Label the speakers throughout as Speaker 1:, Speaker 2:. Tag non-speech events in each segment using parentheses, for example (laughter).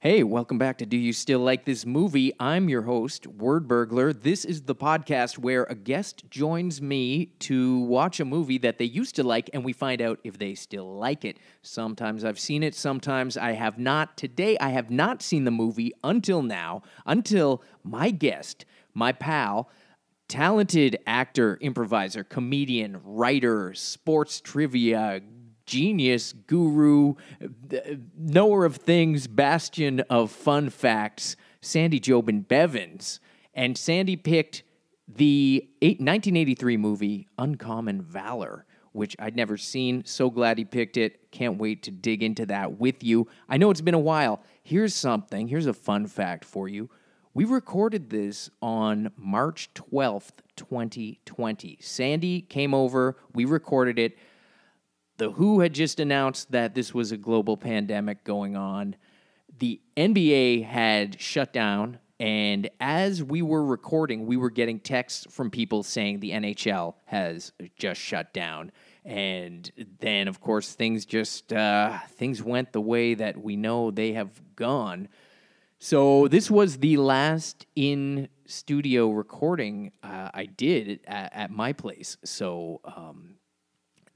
Speaker 1: Hey, welcome back to Do You Still Like This Movie? I'm your host, Word Burglar. This is the podcast where a guest joins me to watch a movie that they used to like and we find out if they still like it. Sometimes I've seen it, sometimes I have not. Today, I have not seen the movie until now, until my guest, my pal, talented actor, improviser, comedian, writer, sports trivia, genius, guru, th- knower of things, bastion of fun facts, Sandy Jobin Bevins. And Sandy picked the eight, 1983 movie Uncommon Valor, which I'd never seen. So glad he picked it. Can't wait to dig into that with you. I know it's been a while. Here's something, here's a fun fact for you. We recorded this on March 12th, 2020. Sandy came over, we recorded it. The WHO had just announced that this was a global pandemic going on. The NBA had shut down. And as we were recording, we were getting texts from people saying the NHL has just shut down. And then, of course, things just uh, things went the way that we know they have gone. So this was the last in studio recording uh, I did at, at my place. So um,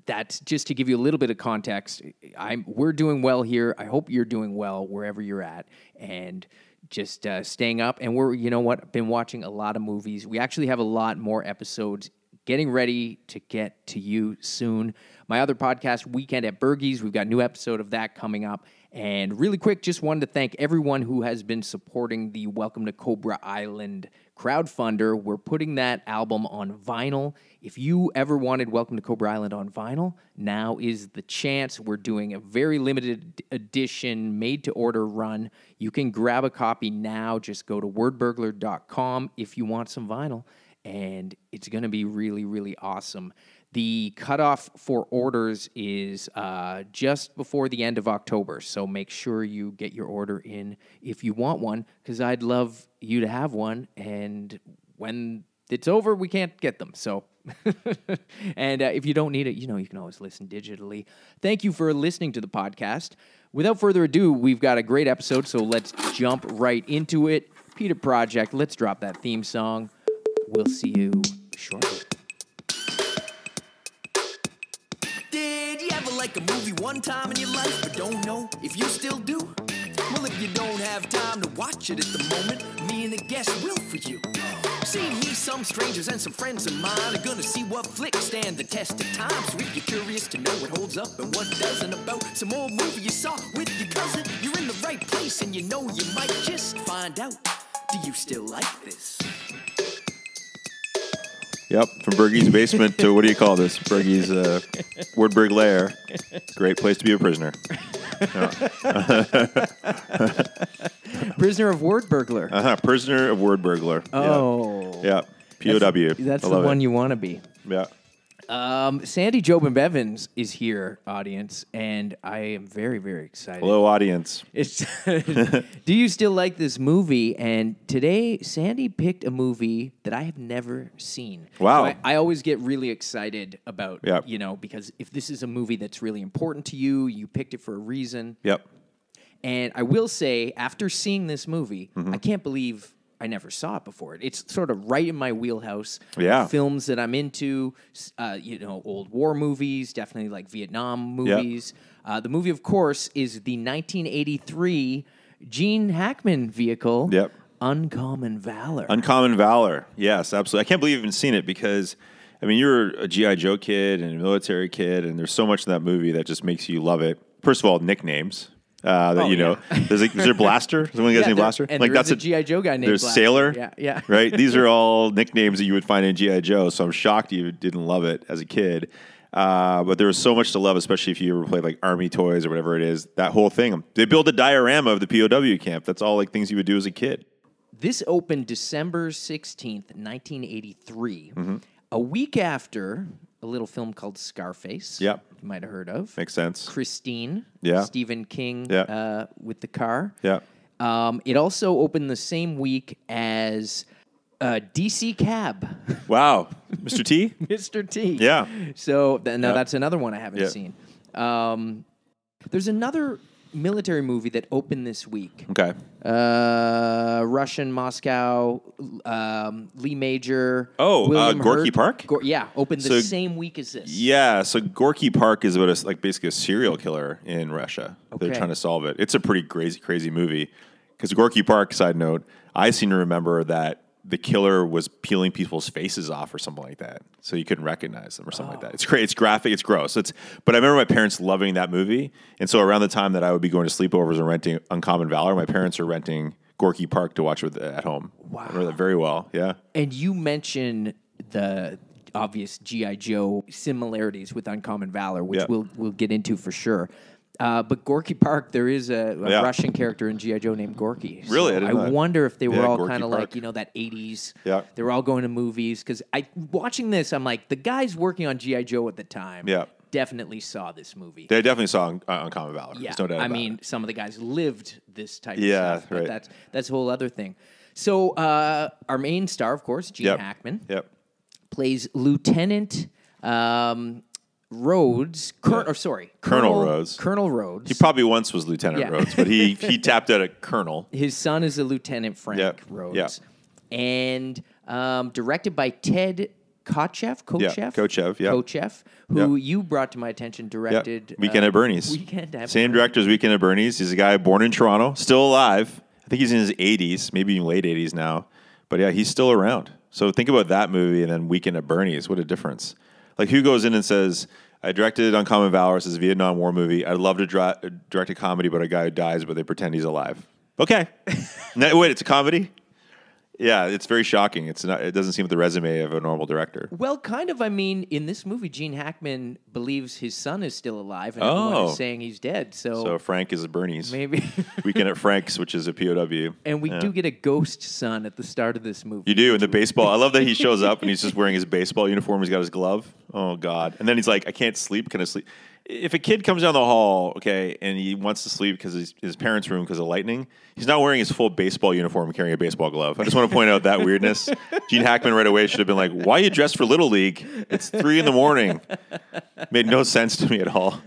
Speaker 1: that's just to give you a little bit of context. I'm we're doing well here. I hope you're doing well wherever you're at, and just uh, staying up. And we're you know what, been watching a lot of movies. We actually have a lot more episodes getting ready to get to you soon. My other podcast, Weekend at Bergie's, we've got a new episode of that coming up. And really quick, just wanted to thank everyone who has been supporting the Welcome to Cobra Island crowdfunder. We're putting that album on vinyl. If you ever wanted Welcome to Cobra Island on vinyl, now is the chance. We're doing a very limited edition made to order run. You can grab a copy now. Just go to wordburglar.com if you want some vinyl and it's going to be really, really awesome. The cutoff for orders is uh, just before the end of October, so make sure you get your order in if you want one, because I'd love you to have one. And when it's over, we can't get them. So, (laughs) and uh, if you don't need it, you know, you can always listen digitally. Thank you for listening to the podcast. Without further ado, we've got a great episode, so let's jump right into it. Peter Project, let's drop that theme song. We'll see you shortly.
Speaker 2: Did you ever like a movie one time in your life, but don't know if you still do? Well, if you don't have time to watch it at the moment, me and the guest will for you. See me, some strangers, and some friends of mine are gonna see what flicks stand the test of time. So if you're curious to know what holds up and what doesn't about some old movie you saw with your cousin, you're in the right place, and you know you might just find out. Do you still like this?
Speaker 3: Yep, from Bergie's basement to what do you call this? Bergie's uh, Woodburg Lair. Great place to be a prisoner.
Speaker 1: Prisoner of Word Burglar.
Speaker 3: Uh huh. Prisoner of word burglar. Yeah.
Speaker 1: Oh.
Speaker 3: Yeah. POW.
Speaker 1: That's, that's
Speaker 3: I
Speaker 1: the
Speaker 3: love
Speaker 1: one
Speaker 3: it.
Speaker 1: you want to be.
Speaker 3: Yeah.
Speaker 1: Um, Sandy Jobin Bevins is here, audience, and I am very, very excited.
Speaker 3: Hello, audience.
Speaker 1: It's (laughs) Do you still like this movie? And today, Sandy picked a movie that I have never seen.
Speaker 3: Wow.
Speaker 1: So I, I always get really excited about,
Speaker 3: Yep.
Speaker 1: you know, because if this is a movie that's really important to you, you picked it for a reason.
Speaker 3: Yep.
Speaker 1: And I will say, after seeing this movie,
Speaker 3: Mm-hmm.
Speaker 1: I can't believe I never saw it before. It's sort of right in my wheelhouse.
Speaker 3: Yeah.
Speaker 1: Films that I'm into, s- uh, you know, old war movies, definitely like Vietnam movies. Uh, the movie, of course, is the 1983 Gene Hackman vehicle,
Speaker 3: Yep.
Speaker 1: Uncommon Valor.
Speaker 3: Uncommon Valor. Yes, absolutely. I can't believe you've even seen it because, I mean, you're a G.I. Joe kid and a military kid, and there's so much in that movie that just makes you love it. First of all, nicknames. Uh, that
Speaker 1: Oh,
Speaker 3: you know,
Speaker 1: yeah.
Speaker 3: there's like, is there Blaster?
Speaker 1: (laughs)
Speaker 3: Is there one guy's
Speaker 1: Yeah,
Speaker 3: named
Speaker 1: there-
Speaker 3: Blaster?
Speaker 1: and
Speaker 3: like
Speaker 1: there is a G.I. Joe guy named
Speaker 3: There's
Speaker 1: Blaster.
Speaker 3: Sailor.
Speaker 1: Yeah, yeah.
Speaker 3: (laughs) Right. These
Speaker 1: (laughs)
Speaker 3: are all nicknames that you would find in GI Joe. So I'm shocked you didn't love it as a kid. Uh, but there was so much to love, especially if you ever played like Army Toys or whatever it is. That whole thing. They build a diorama of the POW camp. That's all like things you would do as a kid.
Speaker 1: This opened December 16th, 1983.
Speaker 3: Mm-hmm.
Speaker 1: A week after a little film called Scarface.
Speaker 3: Yep.
Speaker 1: You might have heard of.
Speaker 3: Makes sense.
Speaker 1: Christine.
Speaker 3: Yeah.
Speaker 1: Stephen King
Speaker 3: Yeah.
Speaker 1: uh, with the car.
Speaker 3: Yeah.
Speaker 1: Um, it also opened the same week as uh, DC Cab, (laughs)
Speaker 3: Wow, Mr. T.
Speaker 1: Mr. T.
Speaker 3: Yeah.
Speaker 1: So th- now
Speaker 3: Yeah.
Speaker 1: that's another one I haven't
Speaker 3: Yeah.
Speaker 1: seen. Um, there's another military movie that opened this week.
Speaker 3: Okay.
Speaker 1: Uh, Russian Moscow, um, Lee Major.
Speaker 3: Oh, uh,
Speaker 1: William
Speaker 3: Gorky
Speaker 1: Hurt.
Speaker 3: Park?
Speaker 1: Gor- yeah, opened the
Speaker 3: So-
Speaker 1: same week as this.
Speaker 3: Yeah, so Gorky Park is about a, like basically a serial killer in Russia. They're
Speaker 1: Okay.
Speaker 3: trying to solve it. It's a pretty crazy, crazy movie. Because Gorky Park, side note, I seem to remember that the killer was peeling people's faces off or something like that, so you couldn't recognize them or something like that. It's crazy. It's graphic. It's gross. It's. But I remember my parents loving that movie, and so around the time that I would be going to sleepovers and renting Uncommon Valor, my parents were renting Gorky Park to watch with at home. Wow, I remember that very well. Yeah.
Speaker 1: And you mention the obvious GI Joe similarities with Uncommon Valor, which
Speaker 3: Yeah.
Speaker 1: we'll we'll get into for sure. Uh, but Gorky Park, there is a, a
Speaker 3: Yeah.
Speaker 1: Russian character in GI Joe named Gorky. So
Speaker 3: Really? I didn't know that.
Speaker 1: wonder if they were
Speaker 3: Yeah,
Speaker 1: all
Speaker 3: Gorky
Speaker 1: kind of
Speaker 3: Park.
Speaker 1: like you know that '80s.
Speaker 3: Yeah.
Speaker 1: they were all going to movies because I watching this, I'm like the guys working on GI Joe at the time.
Speaker 3: Yeah.
Speaker 1: definitely saw this movie.
Speaker 3: They definitely saw Un- uh, Uncommon Valor.
Speaker 1: Yeah,
Speaker 3: There's no doubt
Speaker 1: I
Speaker 3: about
Speaker 1: mean,
Speaker 3: it.
Speaker 1: some of the guys lived this type.
Speaker 3: Yeah,
Speaker 1: of stuff, But
Speaker 3: right.
Speaker 1: that's that's a whole other thing. So uh, our main star, of course, Gene
Speaker 3: Yep.
Speaker 1: Hackman,
Speaker 3: Yep.
Speaker 1: plays Lieutenant um, Rhodes. Colonel, or sorry,
Speaker 3: Colonel Rhodes.
Speaker 1: Colonel Rhodes.
Speaker 3: He probably once was Lieutenant
Speaker 1: Yeah.
Speaker 3: Rhodes, but
Speaker 1: (laughs)
Speaker 3: he he tapped out at Colonel.
Speaker 1: His son is a Lieutenant Frank
Speaker 3: Yep.
Speaker 1: Rhodes, and um, directed by Ted. Kochev, Kochev,
Speaker 3: Kochev, yeah.
Speaker 1: Kochev, who
Speaker 3: Yeah.
Speaker 1: you brought to my attention,
Speaker 3: Yeah.
Speaker 1: directed
Speaker 3: Weekend
Speaker 1: uh,
Speaker 3: at Bernie's.
Speaker 1: Weekend at
Speaker 3: Same director as Weekend at Bernie's. He's a guy born in Toronto, still alive. I think he's in his 80s, maybe even late 80s now. But yeah, he's still around. So think about that movie and then Weekend at Bernie's. What a difference. Like who goes in and says, I directed Uncommon Valor, this is a Vietnam War movie. I'd love to dra- direct a comedy about a guy who dies, but they pretend he's alive.
Speaker 1: (laughs)
Speaker 3: Okay. no, wait, it's a comedy? Yeah, it's very shocking. It's not. It doesn't seem the resume of a normal director.
Speaker 1: Well, kind of. I mean, in this movie, Gene Hackman believes his son is still alive, and everyone
Speaker 3: Oh.
Speaker 1: is saying he's dead. So,
Speaker 3: So Frank is a Bernie's. (laughs)
Speaker 1: maybe. (laughs)
Speaker 3: Weekend at Frank's, which is a POW.
Speaker 1: and we
Speaker 3: Yeah.
Speaker 1: do get a ghost son at the start of this movie.
Speaker 3: You do in the baseball. I love that he shows up and he's just wearing his baseball uniform. He's got his glove. Oh God! And then he's like, "I can't sleep. Can I sleep?" If a kid comes down the hall, okay, and he wants to sleep because his, his parents' room because of lightning, he's not wearing his full baseball uniform, and carrying a baseball glove. I just want to point out that weirdness. Gene Hackman right away should have been like, "Why are you dressed for little league? It's three in the morning." Made no sense to me at all.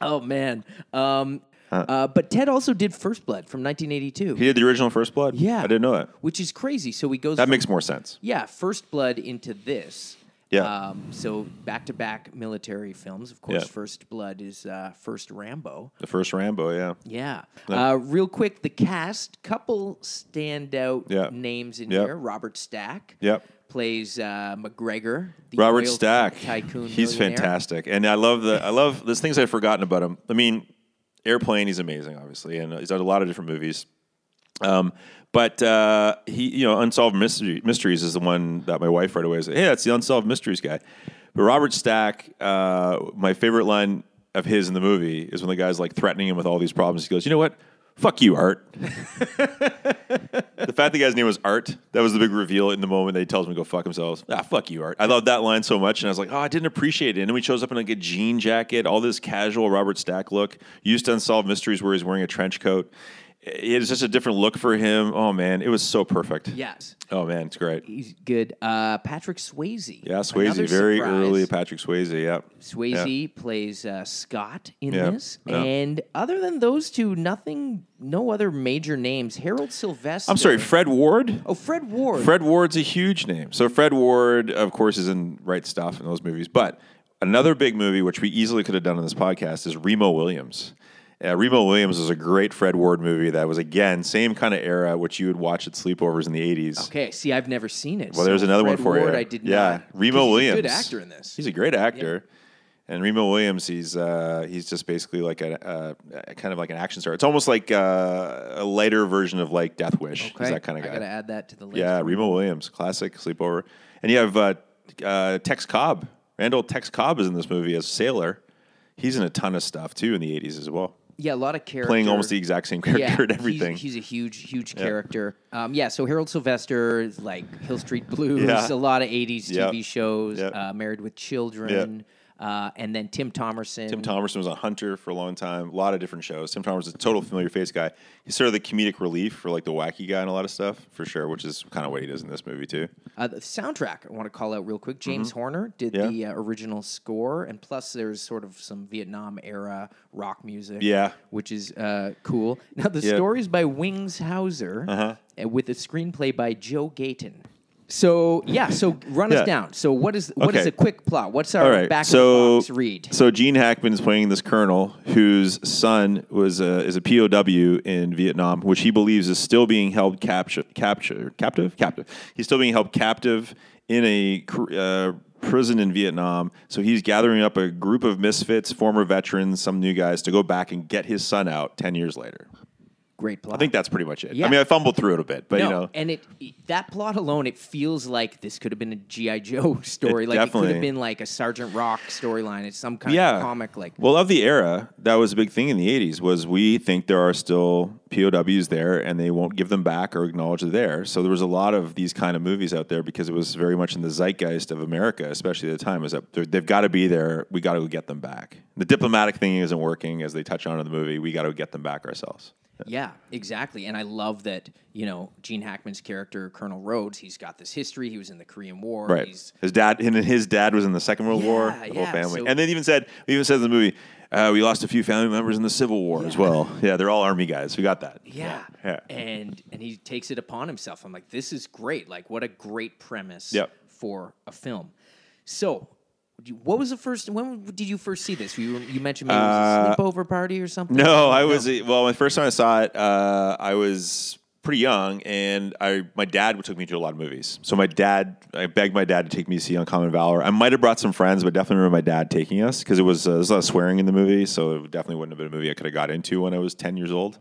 Speaker 1: Oh man. Um, uh, but Ted also did First Blood from 1982.
Speaker 3: He did the original First Blood.
Speaker 1: yeah,
Speaker 3: I didn't know that.
Speaker 1: Which is crazy. So he goes.
Speaker 3: That
Speaker 1: from-
Speaker 3: makes more sense.
Speaker 1: yeah, First Blood into this.
Speaker 3: Yeah.
Speaker 1: Um, so back to back military films. Of course,
Speaker 3: Yeah.
Speaker 1: First Blood is uh, first Rambo.
Speaker 3: The first Rambo, yeah.
Speaker 1: Yeah. Uh, real quick, the cast, couple standout
Speaker 3: Yeah.
Speaker 1: names in
Speaker 3: Yeah.
Speaker 1: here. Robert Stack
Speaker 3: Yep.
Speaker 1: plays uh, McGregor. the oil
Speaker 3: Robert Stack,
Speaker 1: tycoon.
Speaker 3: He's
Speaker 1: millionaire.
Speaker 3: fantastic, and I love the I love there's things I've forgotten about him. I mean, Airplane, he's amazing, obviously, and he's done a lot of different movies. Um, but uh, he, you know, Unsolved Mystery, Mysteries is the one that my wife right away was like, "Hey, that's the Unsolved Mysteries guy." But Robert Stack, uh, my favorite line of his in the movie is when the guy's like threatening him with all these problems. He goes, "You know what? Fuck you, Art." the fact the guy's name was Art, that was the big reveal in the moment that he tells him to go fuck themselves. Ah, fuck you, Art. I loved that line so much, and I was like, oh, I didn't appreciate it. And then he shows up in like a jean jacket, all this casual Robert Stack look. Used to Unsolved Mysteries where he's wearing a trench coat. It is just a different look for him. Oh man, it was so perfect.
Speaker 1: Yes.
Speaker 3: Oh man, it's great.
Speaker 1: He's good. Uh, Patrick Swayze.
Speaker 3: Yeah, Swayze,
Speaker 1: E Another
Speaker 3: very
Speaker 1: surprise.
Speaker 3: early Patrick Swayze. Yeah.
Speaker 1: Swayze plays uh, Scott in
Speaker 3: Yeah,
Speaker 1: this.
Speaker 3: yeah.
Speaker 1: And other than those two, nothing, no other major names. Harold Sylvester.
Speaker 3: I'm sorry, Fred Ward.
Speaker 1: Oh, Fred Ward.
Speaker 3: Fred Ward's a huge name. So Fred Ward, of course, is in Right Stuff and those movies. But another big movie, which we easily could have done on this podcast, is Remo Williams. Uh, Remo Williams was a great Fred Ward movie that was again same kind of era which you would watch at sleepovers in the eighties.
Speaker 1: Okay, see, I've never seen it.
Speaker 3: Well, there's
Speaker 1: so
Speaker 3: another one
Speaker 1: Fred
Speaker 3: for
Speaker 1: Ward,
Speaker 3: you.
Speaker 1: I did
Speaker 3: yeah,
Speaker 1: not.
Speaker 3: Remo
Speaker 1: 'cause he's
Speaker 3: Williams,
Speaker 1: a good actor in this.
Speaker 3: He's a great actor, and Remo Williams, he's uh, he's just basically like a, a, a kind of like an action star. It's almost like uh, a lighter version of like Death Wish. He's that kind of guy.
Speaker 1: I gotta add that to the list.
Speaker 3: Yeah, Remo Williams, classic sleepover. And you have uh, uh, Tex Cobb. Randall Tex Cobb is in this movie as Sailor. He's in a ton of stuff too in the 80s as well,
Speaker 1: yeah, a lot of character.
Speaker 3: playing almost the (laughs) exact same character
Speaker 1: yeah,
Speaker 3: and everything.
Speaker 1: He's, he's a huge, huge character. Um, yeah, so Harold Sylvester, is like Hill Street Blues,
Speaker 3: Yeah.
Speaker 1: a lot of '80s
Speaker 3: Yep.
Speaker 1: TV shows,
Speaker 3: Yep.
Speaker 1: uh, Married with Children. uh, and then Tim Thomerson.
Speaker 3: Tim Thomerson was on Hunter for a long time, a lot of different shows. Tim Thomerson's a total familiar face guy. He's sort of the comedic relief for like the wacky guy in a lot of stuff, for sure, which is kind of what he does in this movie too.
Speaker 1: Uh, the soundtrack I want to call out real quick. James Horner did
Speaker 3: Mm-hmm. Yeah.
Speaker 1: the uh, original score, and plus there's sort of some Vietnam era rock music.
Speaker 3: Yeah.
Speaker 1: which is uh, cool. Now the
Speaker 3: Yeah. Uh-huh.
Speaker 1: story is by Wings Hauser uh with a screenplay by Joe Gayton. So yeah, so run
Speaker 3: Yeah.
Speaker 1: us down. So what is what is
Speaker 3: Okay.
Speaker 1: the quick plot? What's our
Speaker 3: All right,
Speaker 1: back
Speaker 3: so
Speaker 1: of the box read?
Speaker 3: so Gene Hackman is playing this colonel whose son was a, is a POW in Vietnam, which he believes is still being held capture capture captive captive. He's still being held captive in a cr- uh, prison in Vietnam. So he's gathering up a group of misfits, former veterans, some new guys to go back and get his son out ten years later.
Speaker 1: Great plot.
Speaker 3: I think that's pretty much it.
Speaker 1: Yeah.
Speaker 3: I mean, I fumbled through it a bit, but
Speaker 1: no,
Speaker 3: you know,
Speaker 1: and it that plot alone, it feels like this could have been a GI Joe (laughs) story.
Speaker 3: It
Speaker 1: like it could have
Speaker 3: definitely-
Speaker 1: been like a Sergeant Rock storyline. It's some kind
Speaker 3: yeah,
Speaker 1: of comic like.
Speaker 3: Well, of the era, that was a big thing in the '80s. Was we think there are still POWs there, and they won't give them back or acknowledge they're there. So there was a lot of these kind of movies out there because it was very much in the zeitgeist of America, especially at the time. Is that they're- they've got to be there. We got to go get them back. The diplomatic thing isn't working, as they touch on in the movie. We got to get them back ourselves.
Speaker 1: Yeah, exactly. And I love that, you know, Gene Hackman's character, Colonel Rhodes, he's got this history. He was in the Korean War.
Speaker 3: Right.
Speaker 1: He's,
Speaker 3: His dad and his dad was in the Second World
Speaker 1: Yeah,
Speaker 3: War. The whole
Speaker 1: yeah,
Speaker 3: family,
Speaker 1: so-
Speaker 3: and then even said he even said in the movie, uh, "We lost a few family members in the Civil War as well." Yeah, they're all army guys. We got that.
Speaker 1: yeah.
Speaker 3: Yeah. Yeah.
Speaker 1: And and he takes it upon himself. I'm like, this is great. Like, what a great premise
Speaker 3: Yep.
Speaker 1: for a film. So, do you- what was the first, when did you first see this? You, you mentioned maybe it was a sleepover party or (laughs) something?
Speaker 3: Uh, No, I was uh, well. My first time I saw it, uh, I was pretty young, and I my dad took me to a lot of movies. So my dad, I begged my dad to take me to see Uncommon Valor. I might have brought some friends, but definitely remember my dad taking us because it was uh, there's a lot of swearing in the movie, so it definitely wouldn't have been a movie I could have got into when I was ten years old.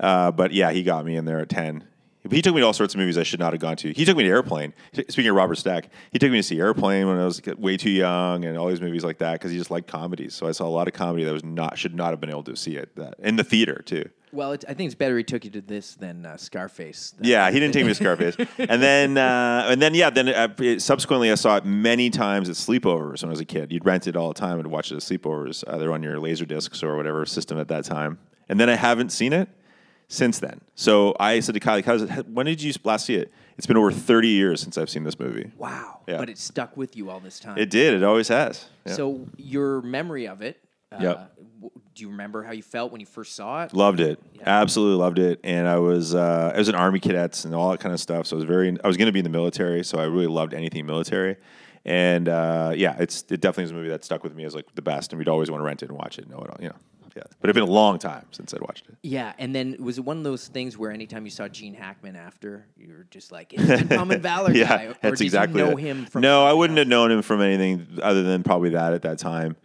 Speaker 3: Uh, but yeah, he got me in there at ten. He took me to all sorts of movies I should not have gone to. He took me to Airplane. Speaking of Robert Stack, he took me to see Airplane when I was way too young, and all these movies like that because he just liked comedies. So I saw a lot of comedy that was not should not have been able to see it that in the theater too.
Speaker 1: Well, it, I think it's better he took you to this than uh, Scarface.
Speaker 3: Yeah, he didn't take me to Scarface, and then uh, and then yeah, then uh, it- subsequently I saw it many times at sleepovers when I was a kid. You'd rent it all the time and watch it at sleepovers, either on your laser discs or whatever system at that time. And then I haven't seen it since then. So I said to Kylie, Kylie, "When did you last see it?" It's been over thirty years since I've seen this movie.
Speaker 1: (laughs) Wow.
Speaker 3: Yeah.
Speaker 1: But it stuck with you all this time.
Speaker 3: It did. It always has. Yeah.
Speaker 1: So your memory of it. Uh,
Speaker 3: Yep.
Speaker 1: w- Do you remember how you felt when you first saw it?
Speaker 3: Loved it. Absolutely loved it. And I was uh, I was in army cadets and all that kind of stuff. So I was very I was going to be in the military. So I really loved anything military. And uh, yeah, it's it definitely is a movie that stuck with me as like the best. And we'd always want to rent it and watch it and know it all. You know, yeah. But it's been a long time since I'd watched it.
Speaker 1: Yeah, and then was it one of those things where anytime you saw Gene Hackman after, you were just like, "It's
Speaker 3: (laughs)
Speaker 1: the Common Valor
Speaker 3: yeah,
Speaker 1: guy," or
Speaker 3: that's
Speaker 1: did
Speaker 3: exactly
Speaker 1: you know
Speaker 3: it.
Speaker 1: him from?
Speaker 3: No, I wouldn't have known him from anything other than probably that at that time.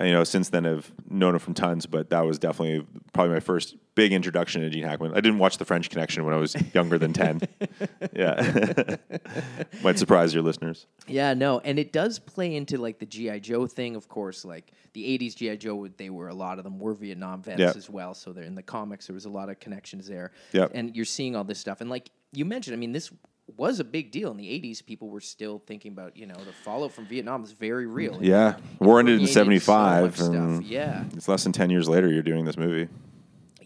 Speaker 3: Uh, you know, since then I've known him from tons, but that was definitely probably my first big introduction to Gene Hackman. I didn't watch The French Connection when I was younger than ten.
Speaker 1: (laughs)
Speaker 3: yeah, (laughs) might surprise your listeners.
Speaker 1: Yeah, no, and it does play into like the GI Joe thing, of course. Like the '80s GI Joe, would- they were a lot of them were Vietnam vets
Speaker 3: Yep.
Speaker 1: as well, so they're in the comics. There was a lot of connections there.
Speaker 3: Yep.
Speaker 1: and you're seeing all this stuff, and like you mentioned, I mean, this was a big deal in the '80s. People were still thinking about, you know, the fallout from Vietnam is very real. It
Speaker 3: Mm, Yeah, war ended
Speaker 1: permeated
Speaker 3: in
Speaker 1: so much
Speaker 3: '75.
Speaker 1: stuff.
Speaker 3: and
Speaker 1: Yeah,
Speaker 3: It's less than ten years later. You're doing this movie.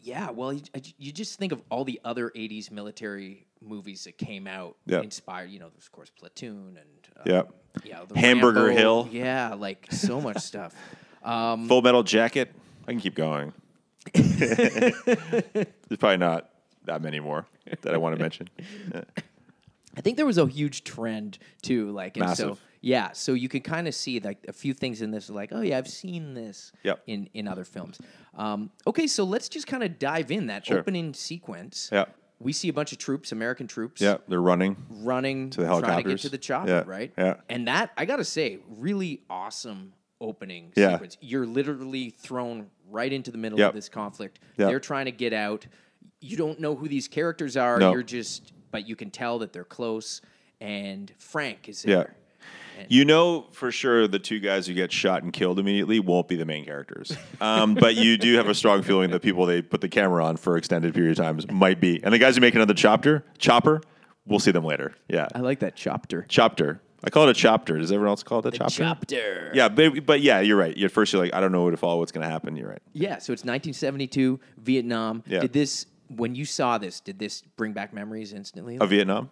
Speaker 1: yeah. Well, you, I- you just think of all the other '80s military movies that came out
Speaker 3: Yeah.
Speaker 1: inspired. You know, there's of course Platoon and uh,
Speaker 3: Yep.
Speaker 1: yeah, the
Speaker 3: Hamburger
Speaker 1: Rambo.
Speaker 3: Hill.
Speaker 1: Yeah, like so
Speaker 3: (laughs)
Speaker 1: much stuff. Um,
Speaker 3: Full Metal Jacket. I can
Speaker 1: (laughs)
Speaker 3: keep going. There's probably not that many more that I want
Speaker 1: (laughs)
Speaker 3: to mention.
Speaker 1: I think there was a huge trend too, like and so
Speaker 3: Massive.
Speaker 1: yeah, so you could kind of see like a few things in this, like oh yeah, I've seen this
Speaker 3: Yep.
Speaker 1: in in other films. Um, okay, so let's just kind of dive in that
Speaker 3: Sure.
Speaker 1: opening sequence.
Speaker 3: Yeah.
Speaker 1: We see a bunch of troops, American troops,
Speaker 3: Yeah, they're running.
Speaker 1: running to
Speaker 3: the
Speaker 1: trying to get
Speaker 3: helicopters.
Speaker 1: to the chopper,
Speaker 3: Yeah,
Speaker 1: right?
Speaker 3: yeah.
Speaker 1: And that I gotta say, really awesome opening
Speaker 3: Yeah.
Speaker 1: sequence. You're literally thrown right into the middle
Speaker 3: Yep.
Speaker 1: of this conflict.
Speaker 3: Yep.
Speaker 1: They're trying to get out. You don't know who these characters are.
Speaker 3: No.
Speaker 1: You're just, but you can tell that they're close. And Frank is
Speaker 3: Yeah.
Speaker 1: there.
Speaker 3: You know for sure the two guys who get shot and killed immediately won't be the main characters. Um, (laughs) but you do have a strong feeling that people they put the camera on for extended period of times might be. And the guys who make another chopper, chopper, we'll see them later. Yeah.
Speaker 1: I like that chopper.
Speaker 3: Chopper. I call it a chopter. Does everyone else call it a chopter?
Speaker 1: Chopter.
Speaker 3: Yeah, but, but yeah, you're right. At first, you're like, I don't know where to follow. What's going to happen? You're right.
Speaker 1: Yeah, so it's 1972, Vietnam.
Speaker 3: Yeah.
Speaker 1: Did this when you saw this? Did this bring back memories instantly
Speaker 3: Of Vietnam.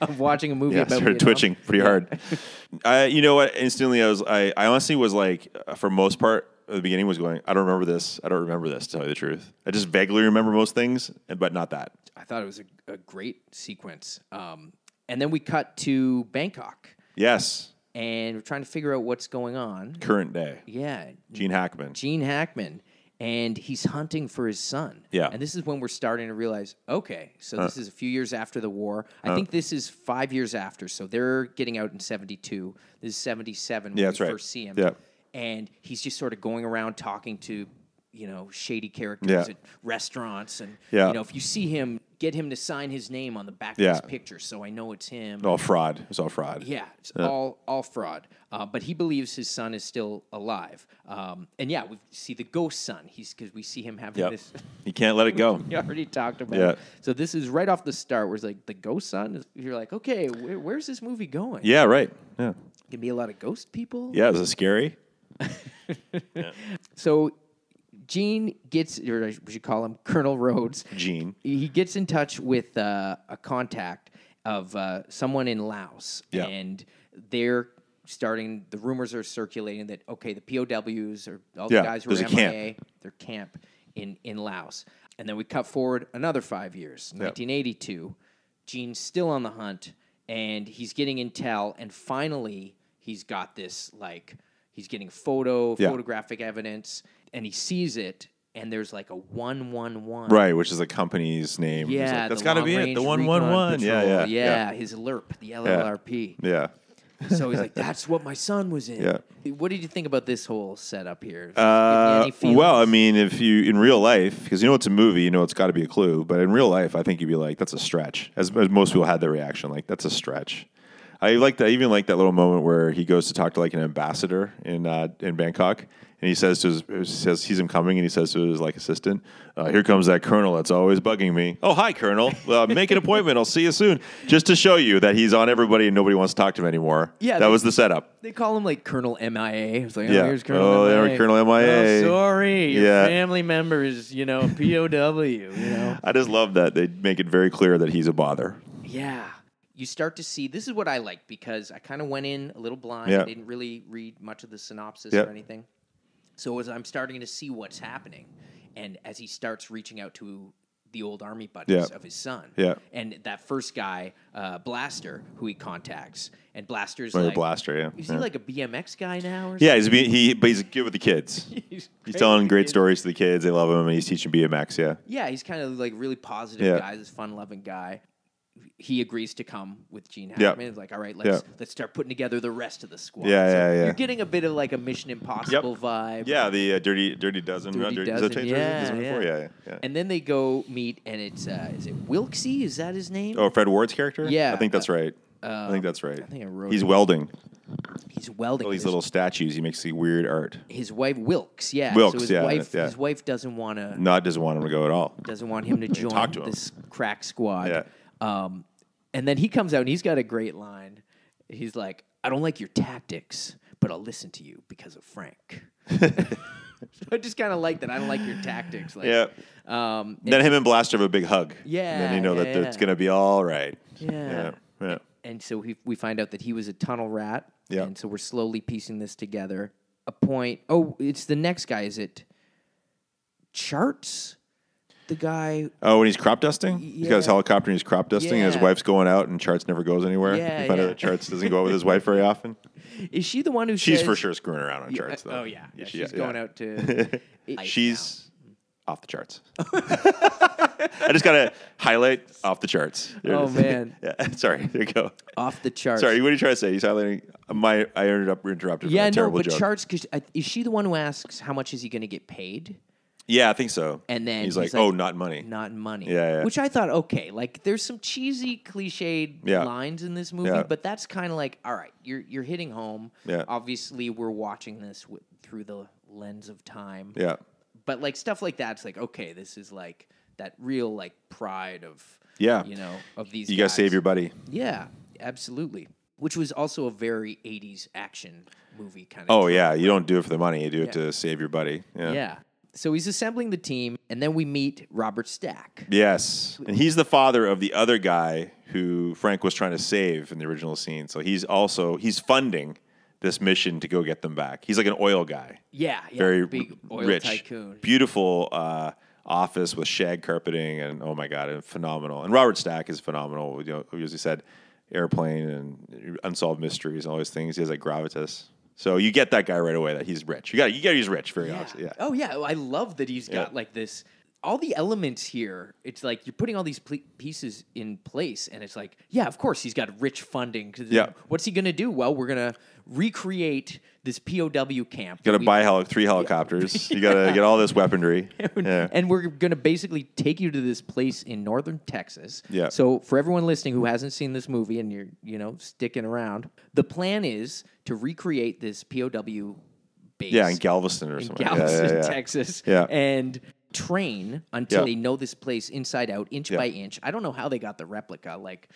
Speaker 1: of watching a movie?
Speaker 3: Yeah, I
Speaker 1: about
Speaker 3: started
Speaker 1: Vietnam?
Speaker 3: twitching pretty hard. (laughs) I, you know what? Instantly, I was. I, I honestly was like, uh, for most part, at the beginning was going. I don't remember this. I don't remember this. To tell you the truth, I just vaguely remember most things, but not that.
Speaker 1: I thought it was a, a great sequence. Um, and then we cut to Bangkok,
Speaker 3: Yes,
Speaker 1: and we're trying to figure out what's going on.
Speaker 3: current day.
Speaker 1: Yeah,
Speaker 3: Gene Hackman.
Speaker 1: Gene Hackman, and he's hunting for his son.
Speaker 3: Yeah.
Speaker 1: and this is when we're starting to realize, okay, so this is a few years after the war. I think this is five years after, so they're getting out in '72. This is '77 when
Speaker 3: Yeah, that's
Speaker 1: we
Speaker 3: right.
Speaker 1: first see him.
Speaker 3: Yeah.
Speaker 1: and he's just sort of going around talking to. You know, shady characters
Speaker 3: Yeah.
Speaker 1: at restaurants, and
Speaker 3: Yeah.
Speaker 1: you know, if you see him, get him to sign his name on the back
Speaker 3: Yeah. Oh,
Speaker 1: of his picture, so I know it's him.
Speaker 3: All fraud. It's all fraud.
Speaker 1: Yeah, it's all all fraud. Uh, but he believes his son is still alive. Um, and yeah, we see the ghost son. He's because we see him having
Speaker 3: Yep.
Speaker 1: this. (laughs)
Speaker 3: You can't let it go.
Speaker 1: We already talked about.
Speaker 3: Yeah.
Speaker 1: it. So this is right off the start. Where it's like the ghost son. Is, you're like, okay, where, where's this movie going?
Speaker 3: Yeah. Right. Yeah.
Speaker 1: Can be a lot of ghost people.
Speaker 3: Yeah. Is it scary?
Speaker 1: So Gene gets, or I- we should call him Colonel Rhodes.
Speaker 3: Gene.
Speaker 1: He gets in touch with uh, a contact of uh, someone in Laos,
Speaker 3: Yeah.
Speaker 1: and they're starting. The rumors are circulating that okay, the POWs or all
Speaker 3: Yeah,
Speaker 1: the guys who are
Speaker 3: there's a camp.
Speaker 1: MIA, their camp in in Laos, and then we cut forward another five years, 1982. Gene's still on the hunt, and he's getting intel, and finally he's got this like he's getting photo
Speaker 3: Yeah.
Speaker 1: photographic evidence, and he sees it, and there's like a one one one.
Speaker 3: Right, which is the company's name. It's
Speaker 1: Yeah,
Speaker 3: like, that's
Speaker 1: the
Speaker 3: got to be it.
Speaker 1: long-range
Speaker 3: The one one
Speaker 1: recon
Speaker 3: one. Yeah,
Speaker 1: patrol.
Speaker 3: yeah,
Speaker 1: yeah. His LERP, the LLRP.
Speaker 3: yeah.
Speaker 1: So he's
Speaker 3: (laughs)
Speaker 1: like, "That's what my son was in."
Speaker 3: Yeah.
Speaker 1: What did you think about this whole setup here? Does it give you
Speaker 3: Uh,
Speaker 1: any feelings?
Speaker 3: well, I mean, if you in real life, because you know it's a movie, you know it's got to be a clue. But in real life, I think you'd be like, "That's a stretch." As, as most people had that reaction, like, "That's a stretch." I like that. I even like that little moment where he goes to talk to like an ambassador in uh, in Bangkok, and he says to his he says sees him coming, and he says to his like assistant, uh, "Here comes that colonel that's always bugging me." Oh, hi, colonel. Uh, make an appointment. I'll see you soon. Just to show you that he's on everybody and nobody wants to talk to him anymore.
Speaker 1: Yeah,
Speaker 3: that
Speaker 1: they-
Speaker 3: was the setup.
Speaker 1: they call him like Colonel MIA. It's like, oh,
Speaker 3: Yeah.
Speaker 1: here's Colonel
Speaker 3: Oh,
Speaker 1: MIA.
Speaker 3: there Colonel MIA.
Speaker 1: Oh, sorry, your
Speaker 3: Yeah.
Speaker 1: family member is, you know, POW. You know.
Speaker 3: I just love that they make it very clear that he's a bother.
Speaker 1: Yeah. You start to see this is what I like because I kind of went in a little blind.
Speaker 3: Yeah.
Speaker 1: I didn't really read much of the synopsis
Speaker 3: Yeah.
Speaker 1: or anything. So as I'm starting to see what's happening, and as he starts reaching out to the old army buddies
Speaker 3: Yeah.
Speaker 1: of his son,
Speaker 3: Yeah.
Speaker 1: and that first guy, uh, Blaster, who he contacts, and Blaster's
Speaker 3: Or the
Speaker 1: like,
Speaker 3: blaster, yeah.
Speaker 1: is
Speaker 3: yeah.
Speaker 1: he like a BMX guy now? Or
Speaker 3: yeah, he's being, he, but he's good with the kids.
Speaker 1: (laughs) He's,
Speaker 3: He's telling great stories to the kids. They love him, and he's teaching BMX. Yeah,
Speaker 1: Yeah, he's kind of like really positive
Speaker 3: Yeah.
Speaker 1: guy, this fun loving guy. He agrees to come with Gene
Speaker 3: Yeah.
Speaker 1: Hackman. He's like, all right, let's
Speaker 3: Yeah.
Speaker 1: let's start putting together the rest of the squad.
Speaker 3: Yeah, yeah, yeah.
Speaker 1: You're getting a bit of like a Mission Impossible vibe.
Speaker 3: yeah. The uh, dirty, dirty dozen.
Speaker 1: Dirty
Speaker 3: not dirty,
Speaker 1: Dozen,
Speaker 3: Is that
Speaker 1: yeah,
Speaker 3: dozen before?
Speaker 1: yeah.
Speaker 3: yeah, yeah. yeah.
Speaker 1: And then they go meet, and it's uh, is it Wilksy? Is that his name?
Speaker 3: oh, Fred Ward's character.
Speaker 1: Yeah,
Speaker 3: I think that's
Speaker 1: uh,
Speaker 3: right. I think that's right.
Speaker 1: I think I wrote
Speaker 3: He's
Speaker 1: it.
Speaker 3: welding
Speaker 1: He's welding.
Speaker 3: all these
Speaker 1: His-
Speaker 3: Oh, little statues. He makes the weird art.
Speaker 1: His wife Wilkes, yeah. so
Speaker 3: Wilkes,
Speaker 1: his
Speaker 3: yeah,
Speaker 1: wife,
Speaker 3: yeah.
Speaker 1: his wife doesn't want to
Speaker 3: Not doesn't want him to go at all.
Speaker 1: doesn't want him to join
Speaker 3: talk to him.
Speaker 1: this crack squad.
Speaker 3: Yeah.
Speaker 1: Um, and then he comes out and he's got a great line. He's like, I don't like your tactics, but I'll listen to you because of Frank. (laughs) so I just kind of like that. I don't like your tactics. Like,
Speaker 3: Yeah.
Speaker 1: Um,
Speaker 3: Then him and Blaster have a big hug.
Speaker 1: Yeah,
Speaker 3: and then you know
Speaker 1: yeah,
Speaker 3: that
Speaker 1: yeah.
Speaker 3: it's gonna be all right.
Speaker 1: Yeah.
Speaker 3: yeah. yeah.
Speaker 1: and so we, we find out that he was a tunnel rat.
Speaker 3: Yeah.
Speaker 1: And so we're slowly piecing this together. A point. Oh, it's the next guy. Is it Charts? The guy.
Speaker 3: Oh, when he's crop dusting? He's got his
Speaker 1: Yeah.
Speaker 3: helicopter and he's crop dusting, and his
Speaker 1: Yeah.
Speaker 3: wife's going out, and Charts never goes anywhere.
Speaker 1: Yeah,
Speaker 3: you find
Speaker 1: yeah.
Speaker 3: out that Charts doesn't go out with his wife
Speaker 1: (laughs)
Speaker 3: very often.
Speaker 1: Is she the one who
Speaker 3: She's
Speaker 1: says-
Speaker 3: for sure screwing around on Charts, though.
Speaker 1: Oh yeah, yeah
Speaker 3: she-
Speaker 1: she's going out
Speaker 3: (laughs)
Speaker 1: to. Ice
Speaker 3: She's off the charts. (laughs) I just got to highlight off the charts. There it
Speaker 1: Oh,
Speaker 3: is.
Speaker 1: man.
Speaker 3: (laughs) yeah, sorry, there you go.
Speaker 1: now. off the charts.
Speaker 3: Sorry, what are you trying to say? He's highlighting uh, my. I ended up interrupted.
Speaker 1: yeah,
Speaker 3: with
Speaker 1: no,
Speaker 3: a terrible
Speaker 1: but
Speaker 3: joke.
Speaker 1: charts. Cause I, is she the one who asks how much is he going to get paid?
Speaker 3: Yeah, I think so.
Speaker 1: And then
Speaker 3: he's,
Speaker 1: he's
Speaker 3: like, "Oh,
Speaker 1: like,
Speaker 3: not money."
Speaker 1: Not money.
Speaker 3: Yeah, yeah.
Speaker 1: Which I thought, okay, like there's some cheesy, cliched
Speaker 3: Yeah.
Speaker 1: lines in this movie,
Speaker 3: Yeah.
Speaker 1: but that's kind of like, all right, you're you're hitting home.
Speaker 3: Yeah.
Speaker 1: Obviously, we're watching this wi- through the lens of time.
Speaker 3: yeah,
Speaker 1: But like stuff like that's like, okay, this is like that real like pride of
Speaker 3: Yeah.
Speaker 1: you know of these.
Speaker 3: you got to
Speaker 1: guys.
Speaker 3: save your buddy.
Speaker 1: Yeah, absolutely. which was also a very 80s action movie kind of
Speaker 3: Oh yeah, you don't do it for the money. You do it to save your buddy. Yeah.
Speaker 1: yeah so he's assembling the team and then we meet robert stack
Speaker 3: Yes, and he's the father of the other guy who Frank was trying to save in the original scene. So he's also he's funding this mission to go get them back. He's like an oil guy,
Speaker 1: yeah, yeah
Speaker 3: very
Speaker 1: big
Speaker 3: r-
Speaker 1: oil
Speaker 3: rich,
Speaker 1: tycoon
Speaker 3: beautiful uh, office with shag carpeting, and oh my god, and phenomenal. And Robert Stack is phenomenal. You know, as you said, airplane and unsolved mysteries and all those things. He has like gravitas. So you get that guy right away that he's rich. You got you got he's rich very
Speaker 1: Yeah.
Speaker 3: obviously. Yeah.
Speaker 1: Oh yeah. I love that he's got like this. All the elements here. It's like you're putting all these ple- pieces in place, and it's like, yeah, of course he's got rich funding. 'cause
Speaker 3: Yeah.
Speaker 1: What's he gonna do? Well, we're gonna recreate this POW camp.
Speaker 3: You got
Speaker 1: We-
Speaker 3: to buy heli-
Speaker 1: (laughs)
Speaker 3: three helicopters. You got to get all this weaponry. Yeah.
Speaker 1: And we're gonna basically take you to this place in northern Texas.
Speaker 3: Yeah.
Speaker 1: So for everyone listening who hasn't seen this movie and you're you know sticking around, the plan is to recreate this POW base.
Speaker 3: Yeah, in Galveston or something. Yeah,
Speaker 1: Galveston,
Speaker 3: yeah, yeah.
Speaker 1: Texas,
Speaker 3: Yeah.
Speaker 1: and train until
Speaker 3: Yeah.
Speaker 1: they know this place inside out, inch
Speaker 3: Yeah.
Speaker 1: by inch. I don't know how they got the replica. Like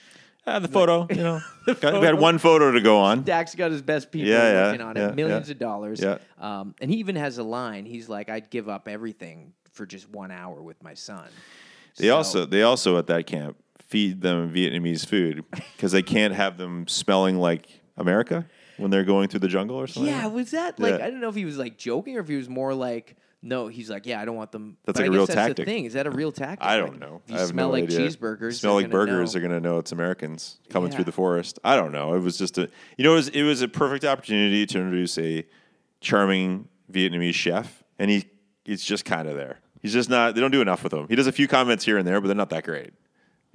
Speaker 3: Ah, the photo, (laughs) you know. Got- We had one photo to go on.
Speaker 1: Dax got his best people
Speaker 3: Yeah, yeah,
Speaker 1: working on
Speaker 3: yeah,
Speaker 1: it, millions
Speaker 3: yeah.
Speaker 1: of dollars.
Speaker 3: Yeah.
Speaker 1: Um, and he even has a line. He's like, "I'd give up everything for just one hour with my son."
Speaker 3: They
Speaker 1: So-
Speaker 3: also they also at that camp feed them Vietnamese food because they can't have them smelling like America when they're going through the jungle or something.
Speaker 1: yeah, was that like
Speaker 3: Oh, Yeah.
Speaker 1: I don't know if he was like joking or if he was more like. No, he's like, yeah, I don't want them.
Speaker 3: That's
Speaker 1: But
Speaker 3: like
Speaker 1: I
Speaker 3: a
Speaker 1: guess
Speaker 3: real
Speaker 1: that's the
Speaker 3: tactic.
Speaker 1: thing. Is that a real tactic?
Speaker 3: I
Speaker 1: Like,
Speaker 3: don't know.
Speaker 1: If you
Speaker 3: I have
Speaker 1: smell
Speaker 3: no
Speaker 1: like
Speaker 3: idea.
Speaker 1: cheeseburgers.
Speaker 3: Smell
Speaker 1: they're
Speaker 3: like
Speaker 1: gonna
Speaker 3: burgers.
Speaker 1: know.
Speaker 3: They're gonna know it's Americans coming
Speaker 1: Yeah.
Speaker 3: through the forest. I don't know. It was just a you know it was it was a perfect opportunity to introduce a charming Vietnamese chef, and he it's just kind of there. He's just not. They don't do enough with him. He does a few comments here and there, but they're not that great.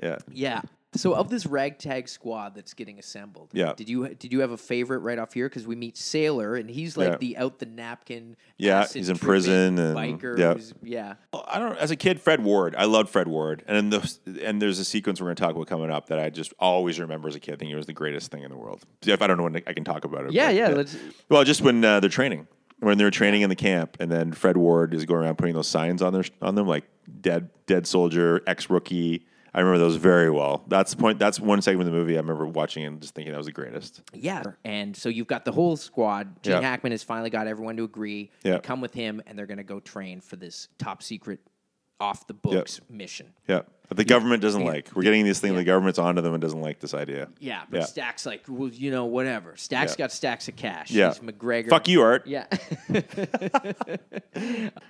Speaker 3: Yeah.
Speaker 1: Yeah. So of this ragtag squad that's getting assembled,
Speaker 3: Yeah.
Speaker 1: Did you did you have a favorite right off here? Because we meet Sailor, and he's like
Speaker 3: Yeah.
Speaker 1: the out the napkin.
Speaker 3: Yeah,
Speaker 1: acid
Speaker 3: he's in
Speaker 1: tripping
Speaker 3: prison and-
Speaker 1: biker.
Speaker 3: yeah.
Speaker 1: who's- yeah.
Speaker 3: I don't. As a kid, Fred Ward. I loved Fred Ward, and then the, and there's a sequence we're going to talk about coming up that I just always remember as a kid, thinking it was the greatest thing in the world. If I don't know when I can talk about it.
Speaker 1: Yeah,
Speaker 3: but,
Speaker 1: yeah, let's-
Speaker 3: Well, just when uh, they're training, when they're training in the camp, and then Fred Ward is going around putting those signs on their on them like dead dead soldier, ex rookie. I remember those very well. That's the point. That's one segment of the movie I remember watching and just thinking that was the greatest.
Speaker 1: Yeah. And so you've got the whole squad. Gene
Speaker 3: Yeah.
Speaker 1: Hackman has finally got everyone to agree
Speaker 3: Yeah.
Speaker 1: to come with him, and they're going to go train for this top secret, off the books mission.
Speaker 3: Yeah, but the government doesn't like. We're getting this thing. The government's onto them and doesn't like this idea.
Speaker 1: Yeah, but Stack's like, well, you know, whatever. Stack's
Speaker 3: Yeah.
Speaker 1: got stacks of cash.
Speaker 3: Yeah.
Speaker 1: He's McGregor.
Speaker 3: Fuck you, Art.
Speaker 1: Yeah. (laughs)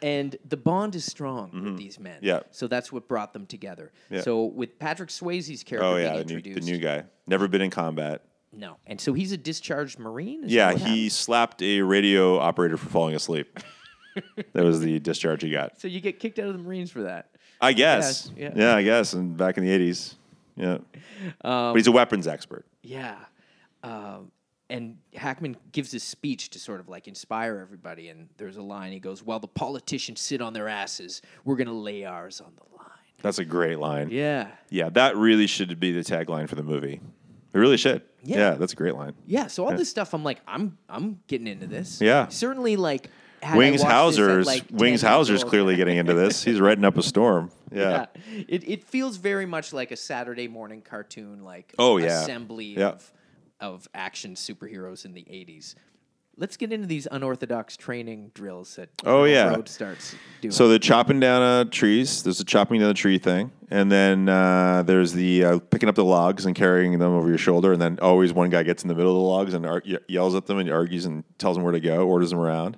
Speaker 1: and the bond is strong with these men.
Speaker 3: Mm-hmm. Yeah.
Speaker 1: So that's what brought them together.
Speaker 3: Yeah.
Speaker 1: So with Patrick Swayze's character
Speaker 3: Oh yeah,
Speaker 1: being
Speaker 3: the new, the
Speaker 1: introduced.
Speaker 3: new guy. Never been in combat.
Speaker 1: No. And so he's a discharged Marine? Is that
Speaker 3: Yeah,
Speaker 1: what
Speaker 3: he
Speaker 1: happened?
Speaker 3: slapped a radio operator for
Speaker 1: (laughs)
Speaker 3: falling asleep. that was the discharge he got.
Speaker 1: So you get kicked out of the Marines for that.
Speaker 3: I guess.
Speaker 1: Yeah,
Speaker 3: Yeah,
Speaker 1: yeah.
Speaker 3: I guess. And back in the eighties. Yeah.
Speaker 1: Um,
Speaker 3: but he's a weapons expert.
Speaker 1: Yeah. Um, and Hackman gives this speech to sort of like inspire everybody. And there's a line he goes, While the politicians sit on their asses, we're going to lay ours on the line.
Speaker 3: That's a great line. Yeah.
Speaker 1: Yeah.
Speaker 3: that really should be the tagline for the movie. It really should.
Speaker 1: Yeah.
Speaker 3: Yeah, that's a great line.
Speaker 1: Yeah, so all this stuff, I'm like, I'm I'm getting into this.
Speaker 3: Yeah.
Speaker 1: certainly like had I watched
Speaker 3: Wings
Speaker 1: this at,
Speaker 3: Hauser's
Speaker 1: like, 10
Speaker 3: Wings
Speaker 1: years
Speaker 3: Hauser's
Speaker 1: old-
Speaker 3: clearly getting into this. He's writing up a storm.
Speaker 1: (laughs) Yeah,
Speaker 3: Yeah.
Speaker 1: it it feels very much like a Saturday morning cartoon, like
Speaker 3: Oh, yeah.
Speaker 1: assembly
Speaker 3: Yeah.
Speaker 1: of of action superheroes in the '80s. Let's get into these unorthodox training drills that
Speaker 3: Oh, yeah.
Speaker 1: Road starts doing.
Speaker 3: So they're chopping down uh, trees. There's a chopping down the tree thing, and then uh, there's the uh, picking up the logs and carrying them over your shoulder. And then always one guy gets in the middle of the logs and ar- ye- yells at them and argues and tells them where to go, orders them around.